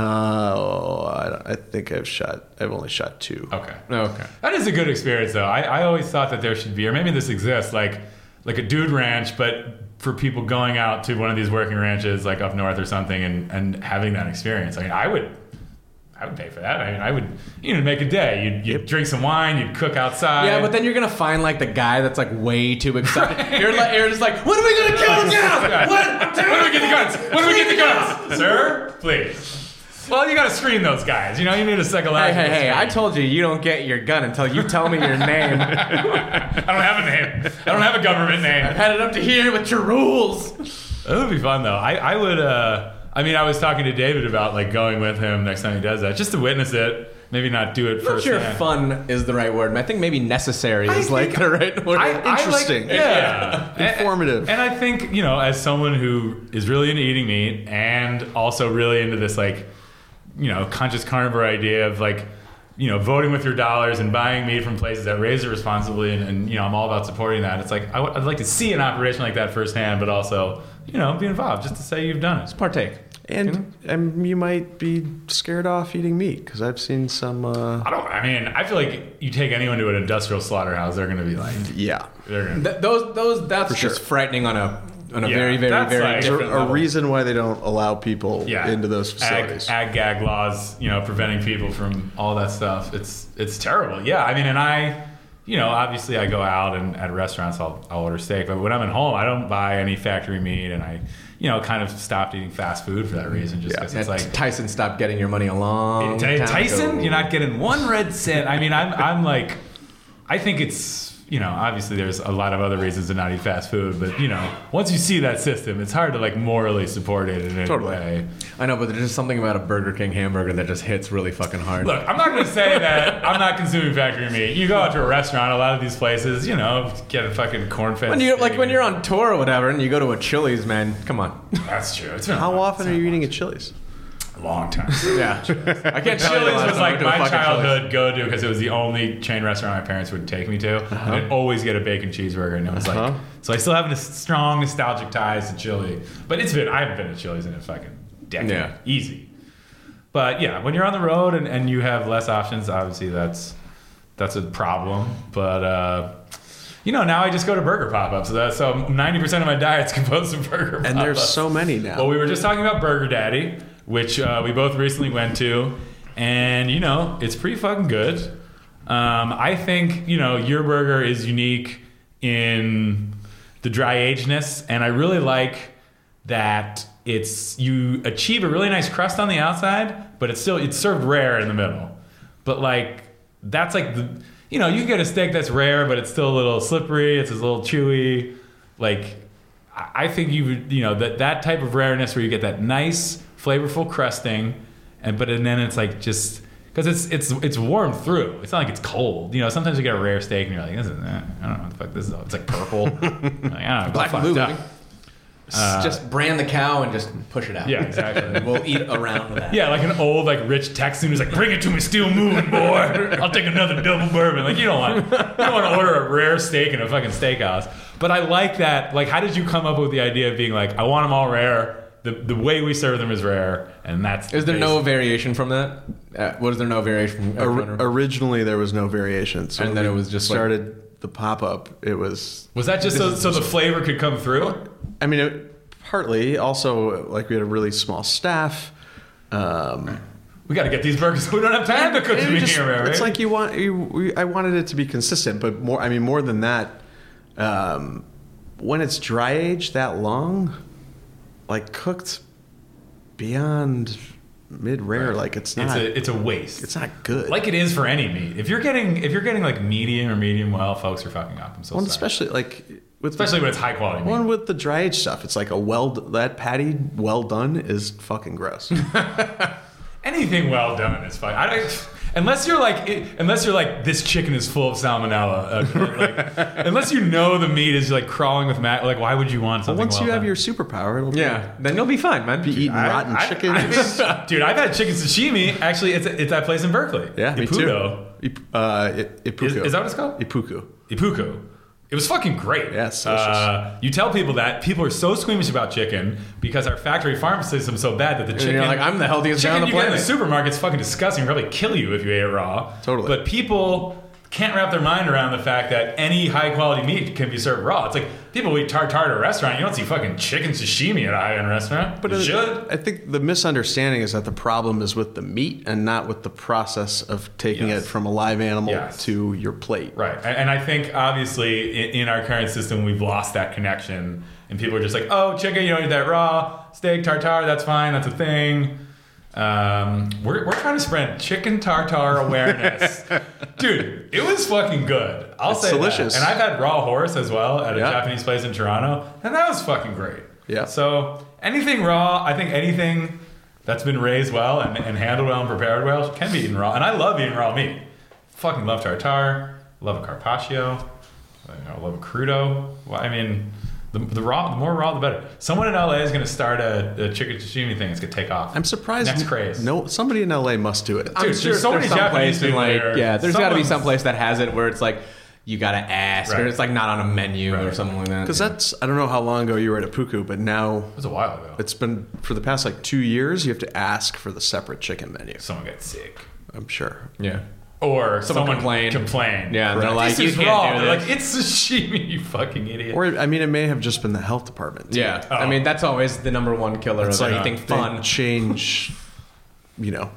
C: oh, I, don't- I think I've shot. I've only shot two.
A: Okay.
B: Okay.
A: That is a good experience though. I, I always thought that there should be, or maybe this exists, like like a dude ranch, but for people going out to one of these working ranches like up north or something and, and having that experience. I mean I would I would pay for that. I mean I would you know make a day. You'd you'd drink some wine, you'd cook outside. (laughs)
B: Yeah, but then you're gonna find like the guy that's like way too excited. You're like, you're just like, when are we gonna kill him
A: (laughs)
B: now? What?
A: when do we get the guns? When do we get the guns? Sir, please. Well, you gotta screen those guys. You know, you need a
B: Hey,
A: psychological
B: hey, hey! I
A: screen.
B: told you you don't get your gun until you tell me your name. I
A: (laughs) I don't have a name. I don't have a government name.
B: had it up to here with your rules.
A: That would be fun though. I, I would. Uh, I mean, I was talking to David about like going with him next time he does that, just to witness it. Maybe not do it
B: I'm
A: first.
B: sure fun is the right word. I think maybe necessary is like
A: think-
B: the right word.
A: I, I like-
C: Interesting.
A: yeah. And-
C: Informative.
A: And I think you know, as someone who is really into eating meat and also really into this like, you know, conscious carnivore idea of like. You know, voting with your dollars and buying meat from places that raise it responsibly, and, and you know, I'm all about supporting that. It's like I w- I'd like to see an operation like that firsthand, but also, you know, be involved just to say you've done it.
B: partake.
C: And um, you might be scared off eating meat because I've seen some. Uh,
A: I don't. I mean, I feel like you take anyone to an industrial slaughterhouse, they're going to be like,
C: yeah,
A: they're going. to
B: Th- those, those, that's
C: sure.
B: just frightening on a on a
A: Yeah,
B: very, very,
A: that's
B: very
A: like-
C: There's
B: different.
A: Different
C: a
A: level.
C: reason why they don't allow people
A: Yeah,
C: into those facilities.
A: Ag, ag gag laws, you know, preventing people from all that stuff. It's it's terrible. Yeah, I mean, and I, you know, obviously I go out and at restaurants I'll I'll order steak, but when I'm at home I don't buy any factory meat, and I, you know, kind of stopped eating fast food for that reason, just
C: Yeah.
A: because
B: Yeah,
A: it's like
B: Tyson stopped getting your money a long
A: Ty-
B: time
A: Tyson,
B: ago.
A: you're not getting one red cent. I mean, I'm, I'm like, I think it's, you know, obviously there's a lot of other reasons to not eat fast food, but you know, once you see that system, it's hard to like morally support it in any
C: Totally.
A: way.
B: I know, but there's just something about a Burger King hamburger that just hits really fucking hard.
A: Look, I'm not going to say that I'm not consuming factory meat. You go out to a restaurant, a lot of these places, you know, get a fucking corn fed.
B: when you like when you're on tour or whatever, and you go to a Chili's, man, come (laughs) on.
A: That's true. It's been a
C: How
A: long-
C: often are you eating at Chili's?
A: A long time.
B: Yeah, I can't tell you. the
A: Chili's
B: last
A: was
B: time I
A: like
B: went to a
A: my
B: fucking
A: childhood go to because it was the only chain restaurant my parents would take me to.
B: Uh-huh.
A: And I'd always get a bacon cheeseburger, and it was
C: Uh-huh.
A: like, so I still have a strong nostalgic ties to Chili. But it's been, I haven't been to Chili's in a fucking decade.
B: Yeah.
A: Easy. But yeah, when you're on the road and, and you have less options, obviously that's that's a problem. But uh, you know, now I just go to burger pop ups. So, that's- so 90% of my diet's (laughs) composed of burger pop ups.
C: And there's so many now.
A: Well, we were just talking about Burger Daddy, which uh, we both recently went to, and you know, it's pretty fucking good. Um, I think you know your burger is unique in the dry agedness, and I really like that it's you achieve a really nice crust on the outside, but it's still it's served rare in the middle. But like that's like the you know you get a steak that's rare, but it's still a little slippery. It's a little chewy, like I I think you would- you know that that type of rareness where you get that nice flavorful crusting, and but and then it's like just because it's it's it's warm through. It's not like it's cold. You know, sometimes you get a rare steak and you're like, this is eh, I don't know what the fuck this is. It's like purple. (laughs) like, I don't know,
B: Black
A: fucked
B: and blue.
A: up.
B: baby. S- just brand the cow and just push it out.
A: Yeah, exactly.
B: we'll eat around that.
A: Yeah, like an old like rich Texan who's like, "Bring it to me, steel moon, boy. I'll take another double bourbon." Like you don't want you don't want to order a rare steak in a fucking steakhouse. But I like that. Like, how did you come up with the idea of being like, "I want them all rare. The the way we serve them is rare, and that's."
B: Is there
A: the
B: no
A: base."
B: variation from that? Uh, was there no variation? From
C: Or- originally, there was no variation. So
B: And
C: when
B: then
C: we
B: it was just like-
C: started the pop up. It was.
A: Was that just so, so the flavor could come through?
C: I mean, it, partly also like we had a really small staff. Um,
A: we got to get these burgers. (laughs) We don't have time to cook
C: It
A: them
C: just-
A: here. Right?
C: It's like you want. You, we, I wanted it to be consistent, but more. I mean, more than that. Um, when it's dry aged that long, like cooked beyond mid rare, like it's
A: it's
C: not.
A: a it's a waste.
C: it's not good.
A: like it is for any meat. If you're getting if you're getting like medium or medium well, folks are fucking up. I'm so
C: one
A: sorry.
C: especially like with the-
A: especially when it's high quality meat.
C: one with the dry aged stuff. It's like a well that patty well done is
A: (laughs)
C: fucking gross.
A: Anything well done is fine. I don't, unless you're like it, unless you're like this chicken is full of salmonella. Uh,
C: (laughs)
A: like, unless you know the meat is like crawling with mat. Like why would you want something?
C: Once
A: well
C: you have
A: done?
C: your superpower, it'll be-
B: Yeah, then you'll be fine, man.
C: be eating
A: I-
C: rotten
A: I-
C: chicken.
A: I think- (laughs) dude, I've had chicken sashimi. Actually, it's it's that place in Berkeley.
C: (laughs) yeah, me
A: Ipudo.
C: too. Ip- Uh, Ip- Ipuku.
A: Is, is that what it's called?
C: Ipuku?
A: Ipuku. It was fucking great.
C: Yeah, it's delicious.
A: uh, you tell people that people are so squeamish about chicken because our factory farm system is so bad that the chicken.
B: you're like, "I'm the healthiest guy
A: chicken
B: on the
A: you get in the
B: planet."
A: supermarket's fucking disgusting. Probably kill you if you ate it raw.
C: Totally.
A: But people can't wrap their mind around the fact that any high quality meat can be served raw. It's like people eat tartare at a restaurant. You don't see fucking chicken sashimi at a high end restaurant. But you
C: it-
A: should.
C: uh, I think the misunderstanding is that the problem is with the meat and not with the process of taking
A: Yes.
C: it from a live animal
A: Yes.
C: to your plate.
A: Right. And, and I think obviously in, in our current system, we've lost that connection. And people are just like, oh, chicken, you don't eat that raw. Steak, tartare, that's fine. That's a thing. Um, we're, we're trying to spread chicken tartare
C: (laughs)
A: awareness. Dude, it was fucking good. I'll
C: It's
A: say that.
C: delicious.
A: And I've had raw horse as well at a
C: Yeah.
A: Japanese place in Toronto. And that was fucking great.
C: Yeah.
A: So anything raw, I think anything that's been raised well and, and handled well and prepared well can be eaten raw. And I love eating raw meat. Fucking love tartare. Love a carpaccio. I love a crudo. Well, I mean, the, the raw, the more raw, the better. Someone in LA is going to start a, a chicken sashimi thing. It's going to take off.
C: I'm surprised.
A: Next craze.
C: No, somebody in LA must do it.
A: Dude, there's so many Japanese
B: in
A: people
B: like
A: there.
B: yeah, there's got to be
A: Someone's-
B: some place that has it where it's like you gotta ask
A: Right.
B: or it's like not on a menu or
A: Right.
B: something like that.
C: Because
B: yeah.
C: that's I don't know how long ago you were at Ipuku, but now
A: It was a while ago.
C: it's been for the past like two years. You have to ask for the separate chicken menu.
A: Someone got sick.
C: I'm sure.
B: yeah,
A: Or someone,
B: complained.
A: complained.
B: yeah. and They're
C: Correct.
B: like
A: this
B: you
A: is
B: can't
A: raw.
B: do
A: They're
B: this.
A: like, it's sashimi, you fucking idiot.
C: Or I mean, it may have just been the health department. too.
B: yeah, I
A: Oh.
B: mean that's always the number one killer
C: it's
B: of
C: like
B: anything
C: they
B: fun.
C: change. (laughs) You know,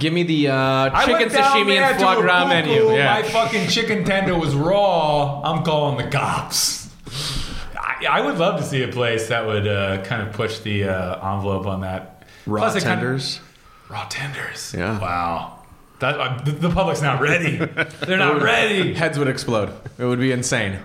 B: Give me the uh,
A: I
B: chicken
A: went down
B: sashimi
A: there
B: and
A: to
B: foie
A: a
B: gras
A: cuckoo.
B: menu. Yeah.
A: My fucking chicken tender was raw. I'm calling the cops. I, I would love to see a place that would uh, kind of push the uh, envelope on that.
C: raw
A: Plus, it kind of-
C: tenders.
A: raw tenders.
C: Yeah.
A: Wow. That, uh, the, the public's not
C: (laughs)
A: ready. They're not ready.
B: Heads would explode. It would be insane.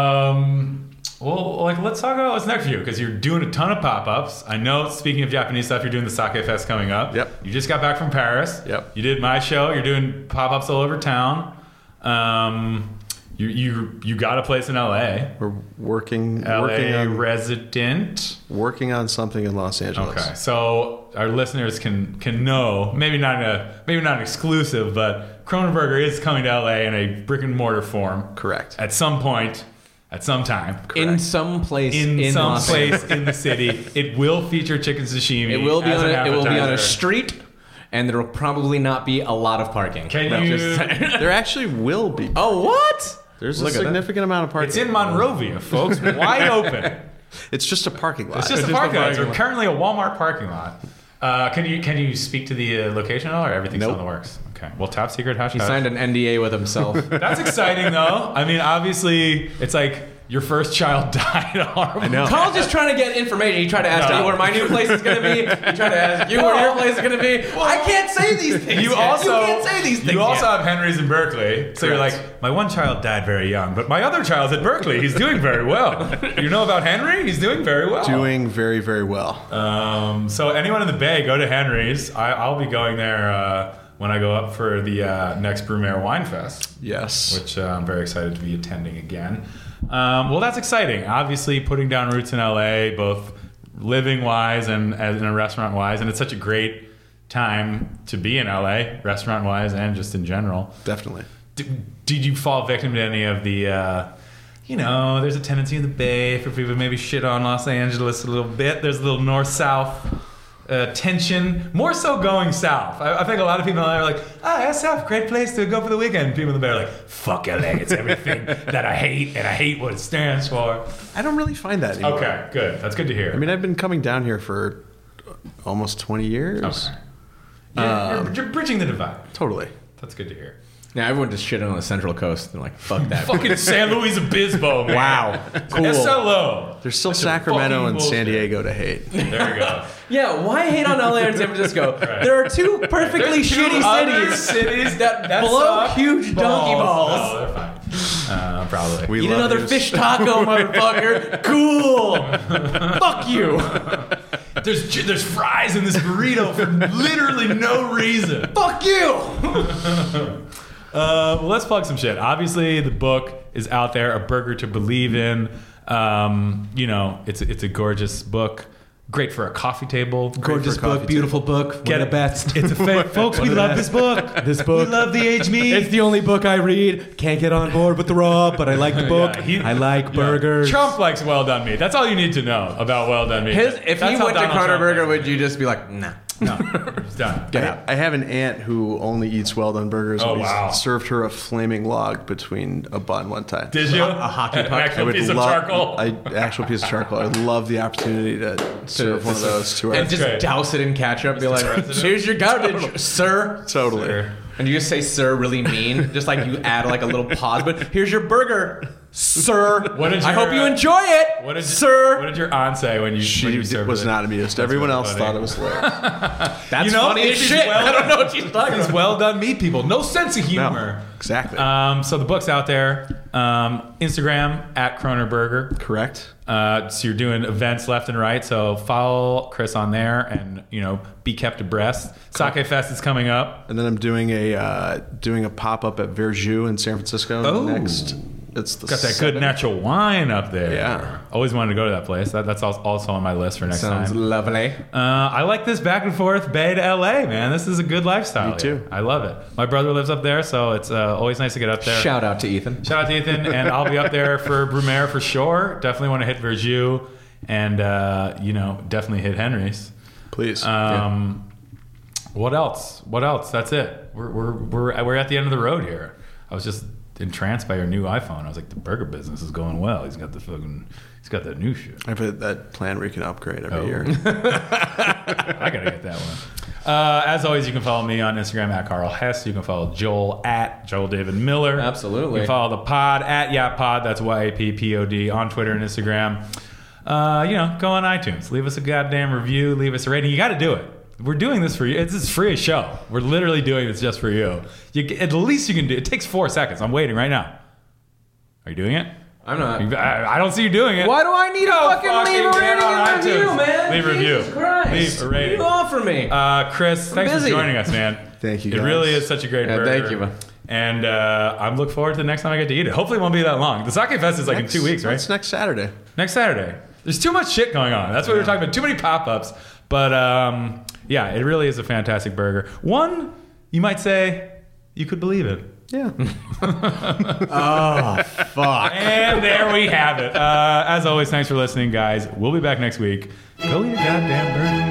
A: Um, well, like let's talk about what's next for you because you're doing a ton of pop-ups. I know. Speaking of Japanese stuff, you're doing the Sake Fest coming up.
C: Yep.
A: You just got back from Paris.
C: Yep.
A: You did my show. You're doing pop-ups all over town. Um, you you you got a place in L.A.
C: We're working, working
A: L.A.
C: on
A: resident.
C: working on something in Los Angeles.
A: Okay, so our listeners can can know maybe not in a maybe not an exclusive, but Cronenberger is coming to LA in a brick and mortar form.
C: Correct.
A: At some point, at some time,
B: In some place
A: in,
B: in,
A: some
B: Los Angeles.
A: place in the city, it will feature chicken sashimi.
B: It will be
A: as
B: on
A: an
B: a, it will be on a
A: appetizer.
B: street, and there will probably not be a lot of parking.
A: Can
B: I'm
A: you-
B: saying.
C: There actually will be.
B: oh what?
C: There's
B: Look
C: a
B: at that.
C: significant amount of
A: (laughs)
C: parking.
A: It's in Monrovia,
B: (laughs)
A: folks. Wide open.
C: It's just a parking lot.
A: It's just a
B: a
A: parking lot.
B: parking
A: It's
B: lot.
A: currently a Walmart parking lot. Uh, can you can you speak to the uh, location at all, or everything's
C: Nope.
A: in the works? Okay. Well, top secret hush.
B: He
A: hush.
B: signed an NDA with
A: (laughs)
B: himself.
A: That's exciting, though. I mean, obviously, it's like your first child (laughs) died. I
C: know.
B: Carl's just trying to get information. He tried to ask
A: No.
B: you where my new place is going to be. He tried to ask you where your place is going to be. I can't say these things.
A: You
B: yet.
A: also
B: you can't say these things.
A: you also
B: yet.
A: have Henry's in Berkeley, so you're
B: Correct.
A: like, my one child died very young, but my other child's at Berkeley. He's doing very well. you know about Henry? He's doing very well.
C: doing very, very well.
A: Um, so anyone in the Bay, go to Henry's. I, I'll be going there uh, when I go up for the uh, next Brumaire Wine Fest.
C: yes.
A: which uh, I'm very excited to be attending again. Um, well, that's exciting. Obviously, putting down roots in LA, both living wise and as in a restaurant wise, and it's such a great time to be in LA, restaurant wise and just in general.
C: Definitely.
A: D- did you fall victim to any of the? Uh, you know, there's a tendency in the Bay for people to maybe shit on Los Angeles a little bit. There's a little north south uh, tension, more so going south. I, I think a lot of people are like, ah, oh, SF, great place to go for the weekend. People in the Bay are like, fuck LA, it's everything that I hate, and I hate what it stands for.
C: I don't really find that anymore.
A: Okay, good. That's good to hear.
C: I mean, I've been coming down here for almost 20 years.
A: okay. You're, you're, you're bridging the divide.
C: Totally.
A: That's good to hear.
B: Now everyone just shit on the Central Coast. They're like,
A: (laughs)
B: fuck that.
A: Fucking San Luis Obispo, man.
B: wow.
A: SLO.
C: There's still
A: That's a
C: Sacramento
A: fucking
C: and San
A: bullshit.
C: Diego
A: (laughs)
C: to hate.
A: There we go.
B: Yeah, why hate on LA and San
A: (laughs)
B: Francisco? There are two perfectly
A: There's two
B: shitty
A: other
B: cities.
A: cities that that's
B: blow
A: up
B: huge donkey balls.
A: No, they're fine. Uh, probably.
C: We
B: Eat
C: love
B: another
C: you.
B: fish
A: (laughs)
B: taco, motherfucker. Cool. Fuck you.
A: There's j- there's fries in this burrito for literally no (laughs) reason.
B: Fuck you.
A: Uh, well, let's plug some shit. Obviously, the book is out there, A Burger to Believe in. Um, you know, it's it's a gorgeous book, great for a coffee table.
C: Gorgeous for a book, coffee beautiful
B: book.
A: Get it. It's a (laughs) fa- folks. We
B: One of the
A: love this
B: best.
A: book.
B: (laughs) This book.
A: We love the age me.
B: the only book I read. Can't get on board with the raw, but I like the
A: (laughs) Yeah, he- yeah. Trump likes Well Done Me. That's all you need to know about Well Done Me.
B: His, if
A: That's
B: he
A: how
B: went to
A: Donald
B: Kroner
A: Trump
B: Burger,
A: likes
B: would you just be like, nah?
A: it. no, (laughs) it's done.
B: Get
C: I-
B: out.
C: I have an aunt who only eats well done burgers.
A: Oh,
C: and we
A: wow.
C: Served her a flaming log between a bun one time.
A: Did you
B: a hockey
A: An
B: puck.
A: actual
C: would
A: piece of
C: love-
A: charcoal.
C: I actual piece of charcoal. I love the
A: (laughs)
C: opportunity to serve one of those to her.
B: and just
A: great.
B: douse it in ketchup. Be like,
A: president.
B: here's your garbage, sir.
C: Totally.
B: And you just say "sir" really mean, just like you add like a little pause. But here's your burger, sir.
A: What did
B: I
A: your,
B: hope you
A: uh,
B: enjoy it,
A: What did
B: sir.
A: What did your aunt say when you when
C: She
A: you served
C: was
A: it?
C: not amused. Everyone
A: really
C: else
A: funny.
C: thought it
A: (laughs)
C: was hilarious.
B: That's
A: You know,
B: funny as
A: this is
B: shit.
A: well-
B: I don't know what she's talking
A: These
B: about.
A: well done meat people, no sense of humor.
C: No, exactly.
A: Um, so the book's out there. Um, Instagram at Kroner Burger.
C: Correct.
A: Uh, so you're doing events left and right. So follow Chris on there, and you know be kept abreast. Sake Fest is coming up.
C: And then I'm doing a uh, doing a pop up at Verju in San Francisco
A: Oh.
C: next. It's the
A: Got that good
C: seventh.
A: natural wine up there.
C: Yeah.
A: always wanted to go to that place. That, that's al- also on my list for next
B: Sounds
A: time.
B: lovely.
A: Uh, I like this back and forth Bay to LA, man. This is a good lifestyle.
C: Me too.
A: here. I love it. My brother lives up there, so it's uh, always nice to get up there.
B: Shout out to Ethan.
A: Shout out to Ethan, and I'll be up there for Brumaire for sure. Definitely want to hit Verju, and uh, you know, definitely hit Henry's.
C: Please.
A: Um, What else? What else? That's it. We're, we're we're we're at the end of the road here. I was just entranced by your new iPhone. I was like, the burger business is going well. He's got the fucking, he's got that new shit.
C: I have a, that plan where you can upgrade every
A: Oh. (laughs)
C: year.
A: I gotta get that one. Uh, as always, you can follow me on Instagram at Carl Hess. You can follow Joel at Joel David Miller.
B: Absolutely.
A: You can follow the pod at Yap Pod. That's Y A P P O D on Twitter and Instagram. Uh, you know, go on iTunes. Leave us a goddamn review. Leave us a rating. You got to do it. We're doing this for you. It's is free a show. We're literally doing this just for you. you. At least you can do. It takes four seconds. I'm waiting right now. Are you doing it?
B: I'm not.
A: I, I don't see you doing it.
B: Why do I need to
A: Go
B: fucking,
A: fucking
B: leave a
A: get
B: rating
A: on
B: and review,
A: iTunes.
B: man?
A: Leave a review.
B: Jesus Christ.
A: Leave a
B: What do
A: rating.
B: you offer me?
A: Uh, Chris, thanks
B: busy.
A: for joining us, man.
C: Thank you,
A: It
C: guys.
A: really is such a great
B: Yeah,
A: burger.
B: thank you, man.
A: And uh, I'm look forward to the next time I get to eat it. Hopefully, it won't be that long. The sake fest is like in two weeks, right?
C: It's next Saturday.
A: next Saturday. There's too much shit going on. That's what we were talking about. Too many pop ups. But um, yeah, it really is a fantastic burger. One you might say you could believe it. (laughs)
C: Yeah.
A: And there we have it. Uh, as always, thanks for listening, guys. We'll be back next week. Go eat a goddamn burger.